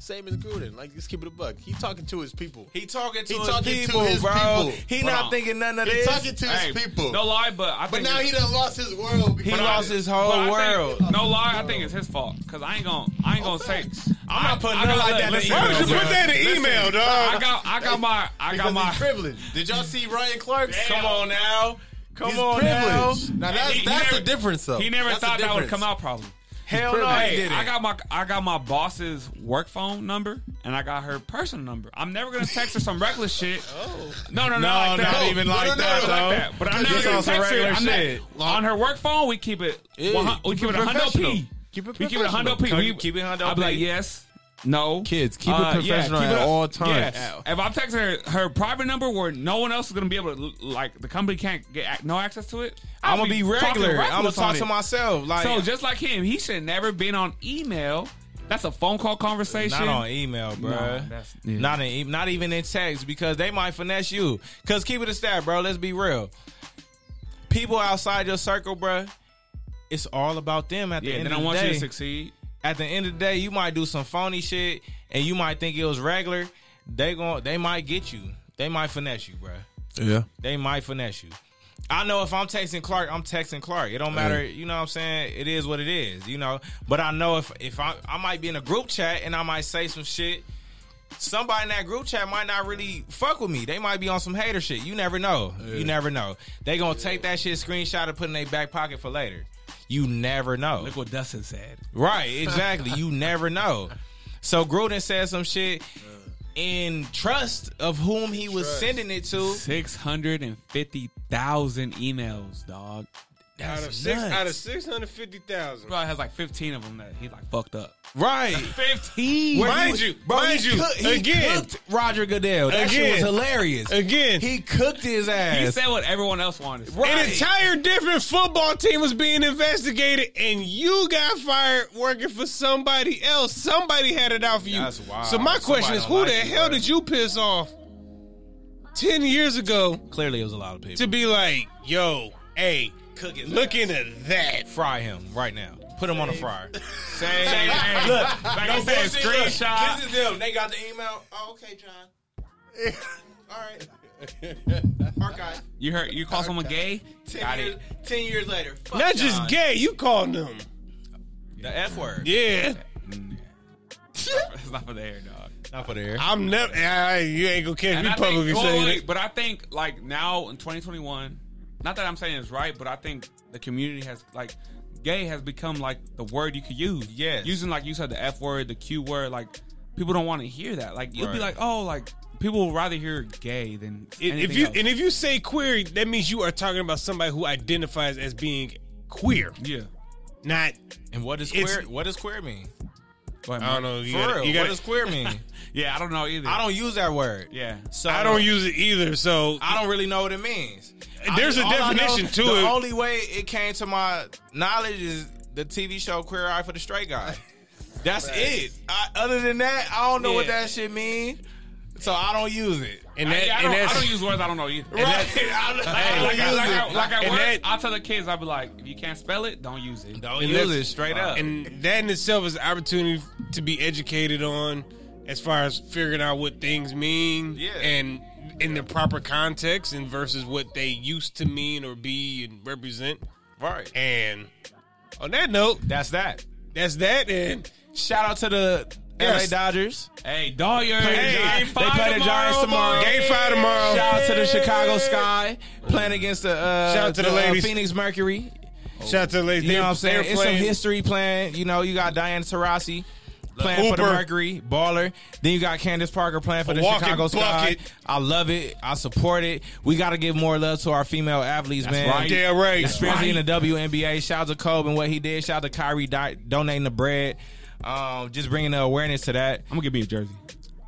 S6: Same as Gruden, like let's keep it a buck. He talking to his people.
S5: he talking to
S6: He
S5: his
S6: talking to
S5: people,
S6: his
S5: bro.
S6: people.
S5: He
S3: Bro.
S5: not thinking none of
S6: he
S5: this.
S6: talking to
S3: Hey,
S6: his people.
S3: No lie, but I.
S6: but
S3: think
S6: now
S3: it's-
S6: he done lost his world.
S5: he
S6: because-
S5: lost his whole
S3: But I
S5: world.
S3: Think, no lie, I think it's his fault because I ain't gonna, I ain't gonna say. I'm
S5: not putting nothing like that in the
S1: Why would you put that in email, dog?
S3: I got, I got my, I
S6: because
S3: got
S6: he
S3: my.
S6: privileged. Did y'all see Ryan Clark?
S3: Come on
S5: now. Come
S6: He's
S5: on now.
S6: privileged. Now, that's
S3: He- he
S6: that's
S3: never-
S6: a difference though.
S3: He never
S6: That's a
S3: thought that would
S6: difference.
S3: come out. Probably.
S5: Hell no,
S3: Hey,
S5: he didn't.
S3: I got my, I got my boss's work phone number and I got her personal number. I'm never gonna text her some reckless shit. Oh. No, no, no,
S5: no,
S3: like that.
S5: not even
S6: No,
S5: like
S6: no, no,
S5: that,
S6: no,
S5: though.
S6: like
S3: that. But I'm never
S5: Just
S3: gonna
S5: on some
S3: text her.
S5: regular
S3: I'm
S5: shit.
S3: not, on her work phone, we keep it.
S6: Yeah,
S3: one hun- we
S6: keep
S3: keep it
S6: it
S3: a hundred
S6: professional.
S3: p.
S6: Keep it
S3: We keep it a hundred p.
S5: Keep-
S3: We
S5: keep it hundo
S3: I'll be
S5: P.
S3: like yes, no. Uh,
S4: Kids, keep it professional at all times.
S3: yeah. If I'm texting her her private number where no one else is gonna be able to like the company can't get ac- no access to it, I'll
S5: I'm gonna be
S3: talking
S5: regular. I'm gonna
S3: reckless on
S5: talk
S3: it.
S5: to myself. Like
S3: So just like him, he should never been on email. That's a phone call conversation.
S5: Not on email, bro.
S3: that's- yeah.
S5: Not in, e- not even in text because they might finesse you. Cause keep it a stat, bro. Let's be real. People outside your circle, bro, it's all about them at the
S3: yeah,
S5: end
S3: they
S5: of
S3: don't
S5: the
S3: want
S5: day.
S3: you to succeed.
S5: At the end of the day, you might do some phony shit and you might think it was regular. They gon' they might get you. They might finesse you, bro.
S4: Yeah.
S5: They might finesse you. I know if I'm texting Clark, I'm texting Clark. It don't matter,
S3: Mm.
S5: you know what I'm saying? It is what it is, you know. But I know if if I I might be in a group chat and I might say some shit, somebody in that group chat might not really fuck with me. They might be on some hater shit. You never know. You never know. They gonna take that shit screenshot and put in their back pocket for later. You never know.
S3: Look what Dustin said.
S5: Right, exactly. you never know. So Gruden said some shit in trust of whom he was sending it to.
S3: Six hundred and fifty thousand emails, dog.
S1: out of six out of six hundred fifty thousand.
S3: Probably has like fifteen of them that he like fucked up.
S5: Right.
S3: Fifteen.
S5: Where
S1: Mind
S5: he-
S1: you,
S5: bro,
S1: mind
S5: he
S1: you,
S5: cook- he
S1: again.
S5: cooked Roger Goodell. That shit was
S1: Again.
S5: hilarious.
S1: Again,
S5: He cooked his ass.
S3: He said what everyone else wanted.
S5: Right.
S1: an entire different football team was being investigated, and you got fired working for somebody else. Somebody had it out for you.
S5: That's wild.
S1: So my question
S5: Somebody
S1: is,
S5: don't
S1: who
S5: like
S1: the
S5: you,
S1: hell
S5: bro.
S1: did you piss off ten years ago
S5: Clearly, it was a lot of people.
S1: to be like, yo, hey,
S5: cook his
S1: look
S5: ass.
S1: into that?
S5: Fry him right now. Put him on a fryer.
S3: Same. Look, like I said, screenshot.
S5: is them. They got the email. Oh, okay, John. All right. Archive.
S3: You heard? You call someone gay? Got it.
S5: Ten years later.
S1: Not just gay, you called them.
S5: The F word.
S1: Yeah,
S3: It's not for the air, dog.
S5: Not for the air.
S1: I'm never. I- you ain't gonna catch
S3: And
S1: me
S3: I think-
S1: publicly
S3: well,
S1: saying
S3: wait,
S1: it.
S3: But I think like now in 2021, not that I'm saying it's right, but I think the community has like gay has become like the word you could use.
S5: Yes.
S3: using like you said the F word, the Q word, like people don't want to hear that. Like you'll be like,
S5: Right.
S3: oh, like people would rather hear gay than
S1: If
S3: anything
S1: you
S3: else.
S1: and if you say queer, that means you are talking about somebody who identifies as being queer,
S3: yeah.
S1: not.
S5: And what does
S1: It's-
S5: queer? What does queer mean?
S3: Go ahead,
S1: I don't
S3: Mark.
S1: know. You
S5: For
S1: gotta-
S5: real,
S1: you
S5: what
S1: gotta-
S5: does queer mean?
S3: Yeah, I don't know either.
S5: I don't use that word.
S3: Yeah.
S5: So
S1: I don't use it either. So
S5: I don't really know what it means. I
S1: There's
S5: just-
S1: a
S5: all I know-
S1: definition to
S5: The
S1: it.
S5: only way it came to my knowledge is the TV show Queer Eye for the Straight Guy. That's it. I, other than that, I don't know what
S3: Yeah.
S5: that shit mean. So I don't use it.
S1: and
S3: I, I,
S1: that, and
S3: don't, I
S1: that's,
S3: don't use words I don't know either.
S5: Right. I
S3: Like,
S5: don't- I
S3: I,
S5: don't
S3: like,
S5: use
S3: I,
S5: it.
S3: like I
S1: And
S3: work,
S1: that-
S3: I tell the kids, I be like, if you can't spell it, don't use it.
S5: Don't
S1: and
S5: use
S1: that's-
S5: it straight up.
S1: and that in itself is an opportunity to be educated on as far as figuring out what things mean
S5: Yeah.
S1: and in the proper context and versus what they used to mean or be and represent.
S5: right.
S1: And on that note,
S5: That's that.
S1: that's that. And
S5: Shout out to the LA
S1: Yes. Oh,
S5: Dodgers.
S3: Hey, Dawyer.
S5: Hey, they play the Giants tomorrow.
S1: Game five tomorrow.
S5: Shout out to the Chicago Sky playing against the uh,
S1: Shout out to the
S5: uh,
S1: ladies.
S5: Phoenix Mercury.
S1: Shout out to the ladies.
S5: Oh. You know what I'm saying?
S1: They're
S5: It's some
S1: playing-
S5: history playing. You know, you got Diane Taurasi, playing for the
S1: Hooper.
S5: Mercury, baller. Then you got Candace Parker playing for
S1: A
S5: the
S1: walking
S5: Chicago Sky.
S1: bucket.
S5: I love it. I support it. We got to give more love to our female athletes, man.
S3: right.
S1: Yeah, right.
S5: Especially in the WNBA. Shout out to Kobe and what he did. Shout out to Kyrie di- donating the bread. Um, just bringing the awareness to that.
S3: I'm gonna give me a jersey.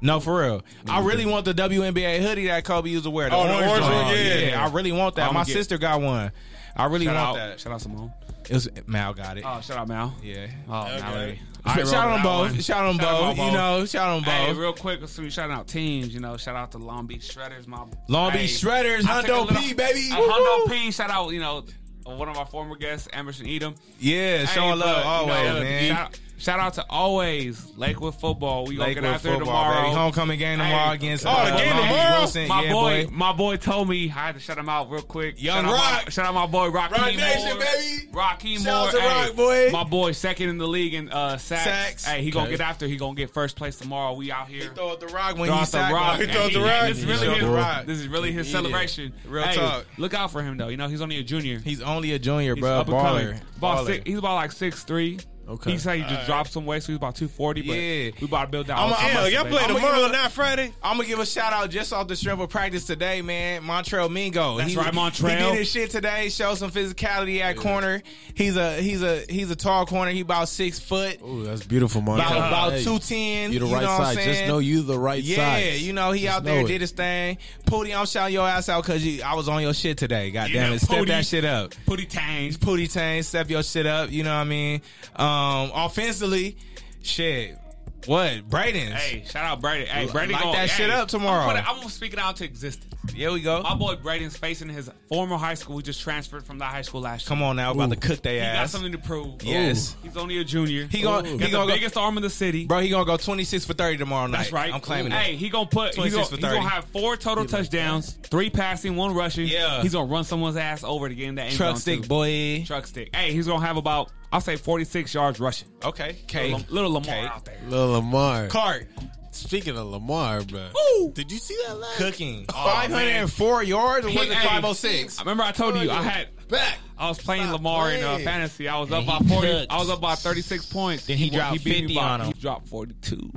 S5: No, for real. I really want the WNBA hoodie that Kobe used to wear. The
S1: Mm-hmm. Oh, the orange
S5: one.
S1: one, yeah.
S5: I really want that.
S3: I'm
S5: My
S3: get-
S5: sister got one. I really
S3: Shout out,
S5: want that.
S3: shout out Simone.
S5: It was Mal got it.
S3: Oh, shout out Mal.
S5: Yeah.
S3: Oh, Mallory.
S5: All right, shout out them both. Shout out them both. You know, shout out
S3: Hey,
S5: them both.
S3: real quick, so we shout out teams. You know, shout out to Long Beach Shredders, my
S5: Long
S3: hey,
S5: Beach Shredders,
S3: I took a
S5: Hundo
S3: little-
S5: P, baby.
S3: Hey,
S5: Woo-hoo.
S3: Hundo P. Shout out, you know, one of our former guests, Emerson Edom.
S5: Yeah,
S3: Hey,
S5: showing
S3: but,
S5: love
S3: you
S5: always,
S3: know,
S5: man.
S3: Shout, shout out to always Lakewood football. We gonna get
S5: Lakewood
S3: after it
S5: football,
S3: tomorrow.
S5: baby. Homecoming game tomorrow
S3: Hey.
S5: against. uh,
S1: Oh, the
S5: Long
S1: game
S5: Beach
S1: tomorrow?
S5: Wilson.
S3: My
S5: yeah,
S3: boy, my boy told me I had to shut him out real quick.
S5: Young
S3: shout Out my,
S5: Rock.
S3: shout out my boy Rocky
S5: Rock Nation,
S3: Moore.
S5: baby.
S3: Rocky
S5: Shout out
S3: Moore,
S5: to
S3: hey,
S5: Rock, boy.
S3: My boy, second in the league in uh, sacks.
S5: Sacks.
S3: Hey, he gonna
S5: Okay.
S3: get after. He gonna get first place tomorrow. We out here.
S5: Throw out the rock when
S3: Throw
S5: he
S3: out the rock.
S5: sacked.
S1: He throw out the rock.
S3: This is
S1: He
S3: really
S5: throw
S3: his,
S5: the rock.
S3: This is really his
S5: He did.
S3: celebration.
S5: Real
S3: Hey,
S5: talk.
S3: Look out for him though. You know he's only a junior.
S5: He's only a junior,
S3: He's
S5: bro.
S3: up and coming.
S5: Baller.
S3: About
S5: Baller.
S3: six, he's about like six three.
S4: Okay.
S3: He said he just dropped some weight, so he's about two forty. But
S5: Yeah.
S3: we about to build that.
S5: I'm a-
S3: offense,
S5: I'm a-
S1: Hell, y'all
S3: baby.
S1: play
S5: I'ma
S1: tomorrow,
S5: give a-
S1: not Friday.
S5: I'm gonna give a shout out just off the strength of practice today, man. Montrell Mingo. That's
S3: right, Montrell.
S5: He did his shit today. Showed some physicality at corner. He's a he's a he's a tall corner. He about six foot,
S4: Ooh, that's beautiful, man.
S5: about about
S4: Hey,
S5: two ten.
S4: You the
S5: you
S4: right
S5: know What I'm
S4: side. Just
S5: saying?
S4: know you the right
S5: Yeah,
S4: side.
S5: you know he
S4: Just
S5: out there
S4: know it.
S5: did his thing. Pooty, I'm shouting your ass out because I was on your shit today. God damn
S3: Yeah,
S5: it, step
S3: Pooty.
S5: that shit up.
S3: Putty Tangs.
S5: Pooty Tang, step your shit up. You know what I mean? Um, offensively, shit. What Braden's?
S3: Hey, shout out Brady. Hey, Brady,
S5: Light
S3: gonna-
S5: that
S3: hey,
S5: shit up tomorrow.
S3: I'm gonna, I'm gonna speak it out to existence.
S5: Here we go.
S3: My boy Braden's facing his former high school. We just transferred from that high school last year.
S5: Come on now, about to cook they
S3: he got
S5: ass.
S3: something to prove.
S5: Yes.
S3: Ooh. he's only a junior.
S5: He gon-
S3: Ooh.
S5: he
S3: Got the
S5: gon-
S3: biggest arm in the city.
S5: Bro, he gonna go 26 for 30 tomorrow night.
S3: That's right.
S5: I'm claiming
S3: Hey,
S5: it.
S3: he gonna put. He's
S5: 26
S3: gonna,
S5: for
S3: he's gonna
S5: 30.
S3: have four total touchdowns, three passing, one rushing.
S5: Yeah.
S3: he's gonna run someone's ass over to get in that end
S5: Truck
S3: zone,
S5: stick
S3: too.
S5: boy.
S3: Truck stick. Hey, he's gonna have about I'll say forty six yards rushing.
S5: Okay. Okay.
S3: Little, little Lamar
S5: Okay.
S3: out there.
S4: Lil Lamar.
S5: Cart
S4: Speaking of Lamar, bro. Did you see that last?
S5: cooking.
S4: Oh,
S5: 504 yards. Or was it
S3: Hey,
S5: 506?
S3: I remember I told you I had
S4: Back.
S3: I was playing
S4: Stop
S3: Lamar in uh,
S4: playing.
S3: fantasy. I was up
S5: he
S3: by forty.
S5: cooked.
S3: I was up by thirty six points.
S5: Then he dropped
S3: beat me
S5: 50
S3: by-
S5: on him.
S3: He dropped forty two.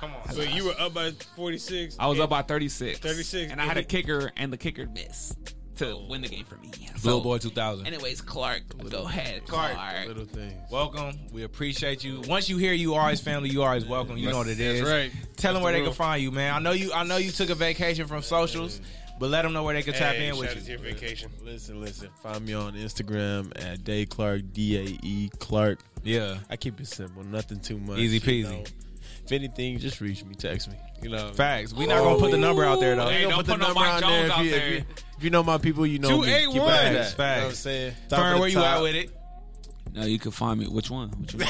S5: Come on.
S1: So you were up by 46.
S3: I was up by thirty six.
S1: 36.
S3: and I had a kicker, and the kicker missed to win the game for me.
S5: Little
S3: So,
S5: boy 2000.
S3: anyways, Clark, go ahead,
S5: Clark.
S4: Little thing.
S5: Welcome. We appreciate you. Once you hear you are his family, you are his welcome. You know what it is.
S1: That's right.
S5: Tell them
S1: That's
S5: where
S1: the
S5: they can
S1: rule.
S5: find you, man. I know you. I know you took a vacation from socials, but let them know where they can tap
S1: Hey,
S5: in
S1: shout out
S5: with
S1: to
S5: you.
S1: your vacation.
S4: Listen, listen. Find me on Instagram at Day Clark, D A E Clark.
S5: Yeah.
S4: I keep it simple, nothing too much.
S5: Easy
S4: you
S5: peasy.
S4: know. If anything, just reach me, text me. You know,
S5: Facts. we not gonna put the number out there though.
S3: Hey,
S4: Don't
S3: don't put no
S4: number
S3: Mike
S4: out
S3: Jones
S4: if
S3: out
S4: you-
S3: there.
S4: If you, if you know my people, you know me. Keep it
S1: 281.
S4: at that. You
S5: Facts,
S4: know what I'm
S5: facts.
S4: saying? Top of
S5: Fern,
S4: the
S5: where you
S4: top.
S5: at with it?
S3: No, you can find me. Which one? Which one?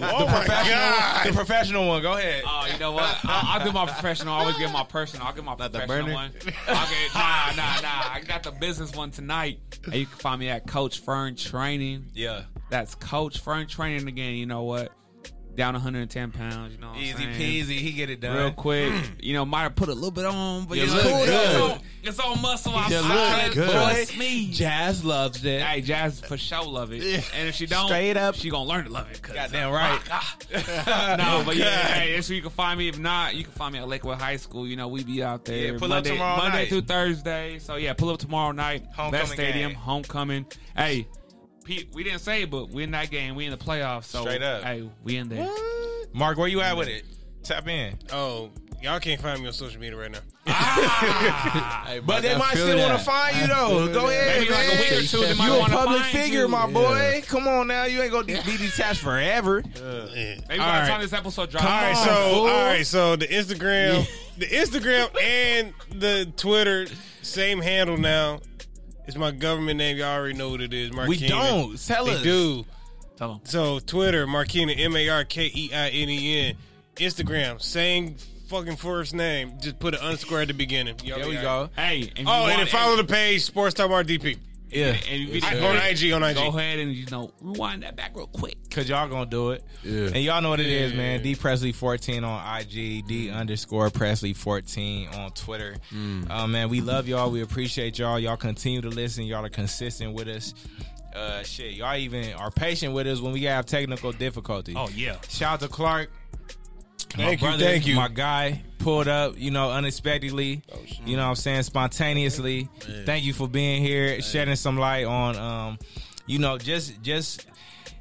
S1: Oh my God.
S5: The professional one. Go ahead.
S3: Oh, you know what? I, I'll do my professional. I always get my personal. I'll get my professional one. I'll get, nah, nah, nah. I got the business one tonight. And you can find me at Coach Fern Training.
S5: yeah.
S3: That's Coach Fern Training again. You know what? Down 110 pounds. You know what I'm
S5: Easy
S3: saying?
S5: peasy. He get it done.
S3: Real quick, you know, might have put a little bit on, but
S5: You
S3: you know,
S5: look
S3: it's,
S5: good.
S3: on, it's on muscle. I, I,
S5: You look
S3: but
S5: good.
S3: It's me.
S5: Jazz loves it.
S3: Hey, Jazz for sure love it. And if she don't,
S5: Straight up.
S3: she gonna learn to love it. 'cause
S5: Goddamn right.
S3: no, but yeah, hey, that's where you can find me. If not, you can find me at Lakewood High School. You know, we be out there.
S5: Yeah, pull up
S3: Monday,
S5: tomorrow
S3: Monday
S5: night.
S3: through Thursday. So yeah, pull up tomorrow night.
S5: Homecoming
S3: Best stadium,
S5: game.
S3: homecoming. Hey, Pete, we didn't say it, but we in that game. We in the playoffs. So
S5: Straight up.
S3: hey, we in there.
S5: Mark, where you at with it? Tap in.
S1: Oh, y'all can't find me on social media right now.
S5: But they
S4: I
S5: might
S4: feel
S5: still want
S4: that.
S5: to find you though. Go ahead,
S3: Maybe like a
S5: man.
S3: week or two, they might
S5: you a
S3: wanna
S5: public
S3: find
S5: figure,
S3: you.
S5: my boy. Come on now, you ain't gonna be detached forever.
S3: Maybe by
S1: All
S3: the
S1: right.
S3: time this episode drops,
S1: All right, so
S5: fool.
S1: all right, so the Instagram, the Instagram and the Twitter, same handle now. It's my government name. Y'all already know what it is. Markina.
S5: We don't tell
S1: They
S5: us.
S1: do.
S3: tell 'em.
S1: So Twitter, Markina, M A R K E I N E N. Instagram, same fucking first name. Just put an underscore at the beginning. Y'all
S5: There
S1: be
S5: we
S1: all right.
S5: go.
S3: Hey, and
S1: Oh,
S3: you
S1: and
S3: want-
S1: then follow the page Sports Time RDP.
S5: Yeah,
S3: And
S1: I- on IG, on IG.
S3: Go ahead and you know rewind that back real quick.
S5: Cause y'all gonna do it.
S6: Yeah.
S5: And y'all know what it is, man. D Presley fourteen on IG, D underscore Presley fourteen on Twitter.
S6: Mm.
S5: Uh, man, we love y'all. We appreciate y'all. Y'all continue to listen. Y'all are consistent with us. Uh, shit, y'all even are patient with us when we have technical difficulties.
S3: Oh yeah.
S5: Shout out to Clark. my
S1: Thank you,
S5: brother,
S1: thank you.
S5: My guy pulled up, you know, unexpectedly. you know what I'm saying? Spontaneously. Thank you for being here, shedding some light on um, you know, just just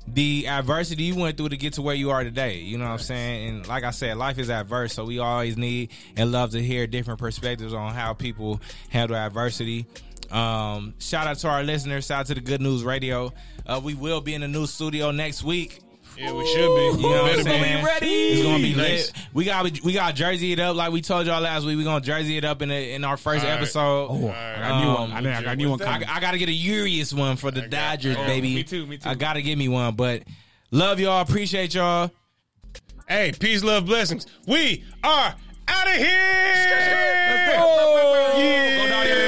S5: the adversity you went through to get to where you are today. You know what I'm saying? And like I said, life is adverse, so we always need and love to hear different perspectives on how people handle adversity. Um, shout out to our listeners, shout out to the Good News Radio. Uh, we will be in the new studio next week.
S1: Yeah, we should be.
S5: You know what
S1: Better
S5: I'm
S1: be.
S5: saying? It's gonna be
S1: Nice.
S5: lit. We got we got jersey it up like we told y'all last week. We gonna jersey it up in the, in our first
S1: All right.
S5: episode.
S1: All
S3: Oh, I
S1: right.
S3: got a new
S5: Um,
S3: one. I, think I got a new one
S1: what's
S5: I,
S3: coming.
S5: I gotta get a Urious one for the Dodgers,
S1: oh,
S5: baby.
S3: me too, me too.
S5: I gotta get me one. But love y'all, appreciate y'all.
S1: Hey, peace, love, blessings. We are out of here.
S5: Go.
S1: Yeah.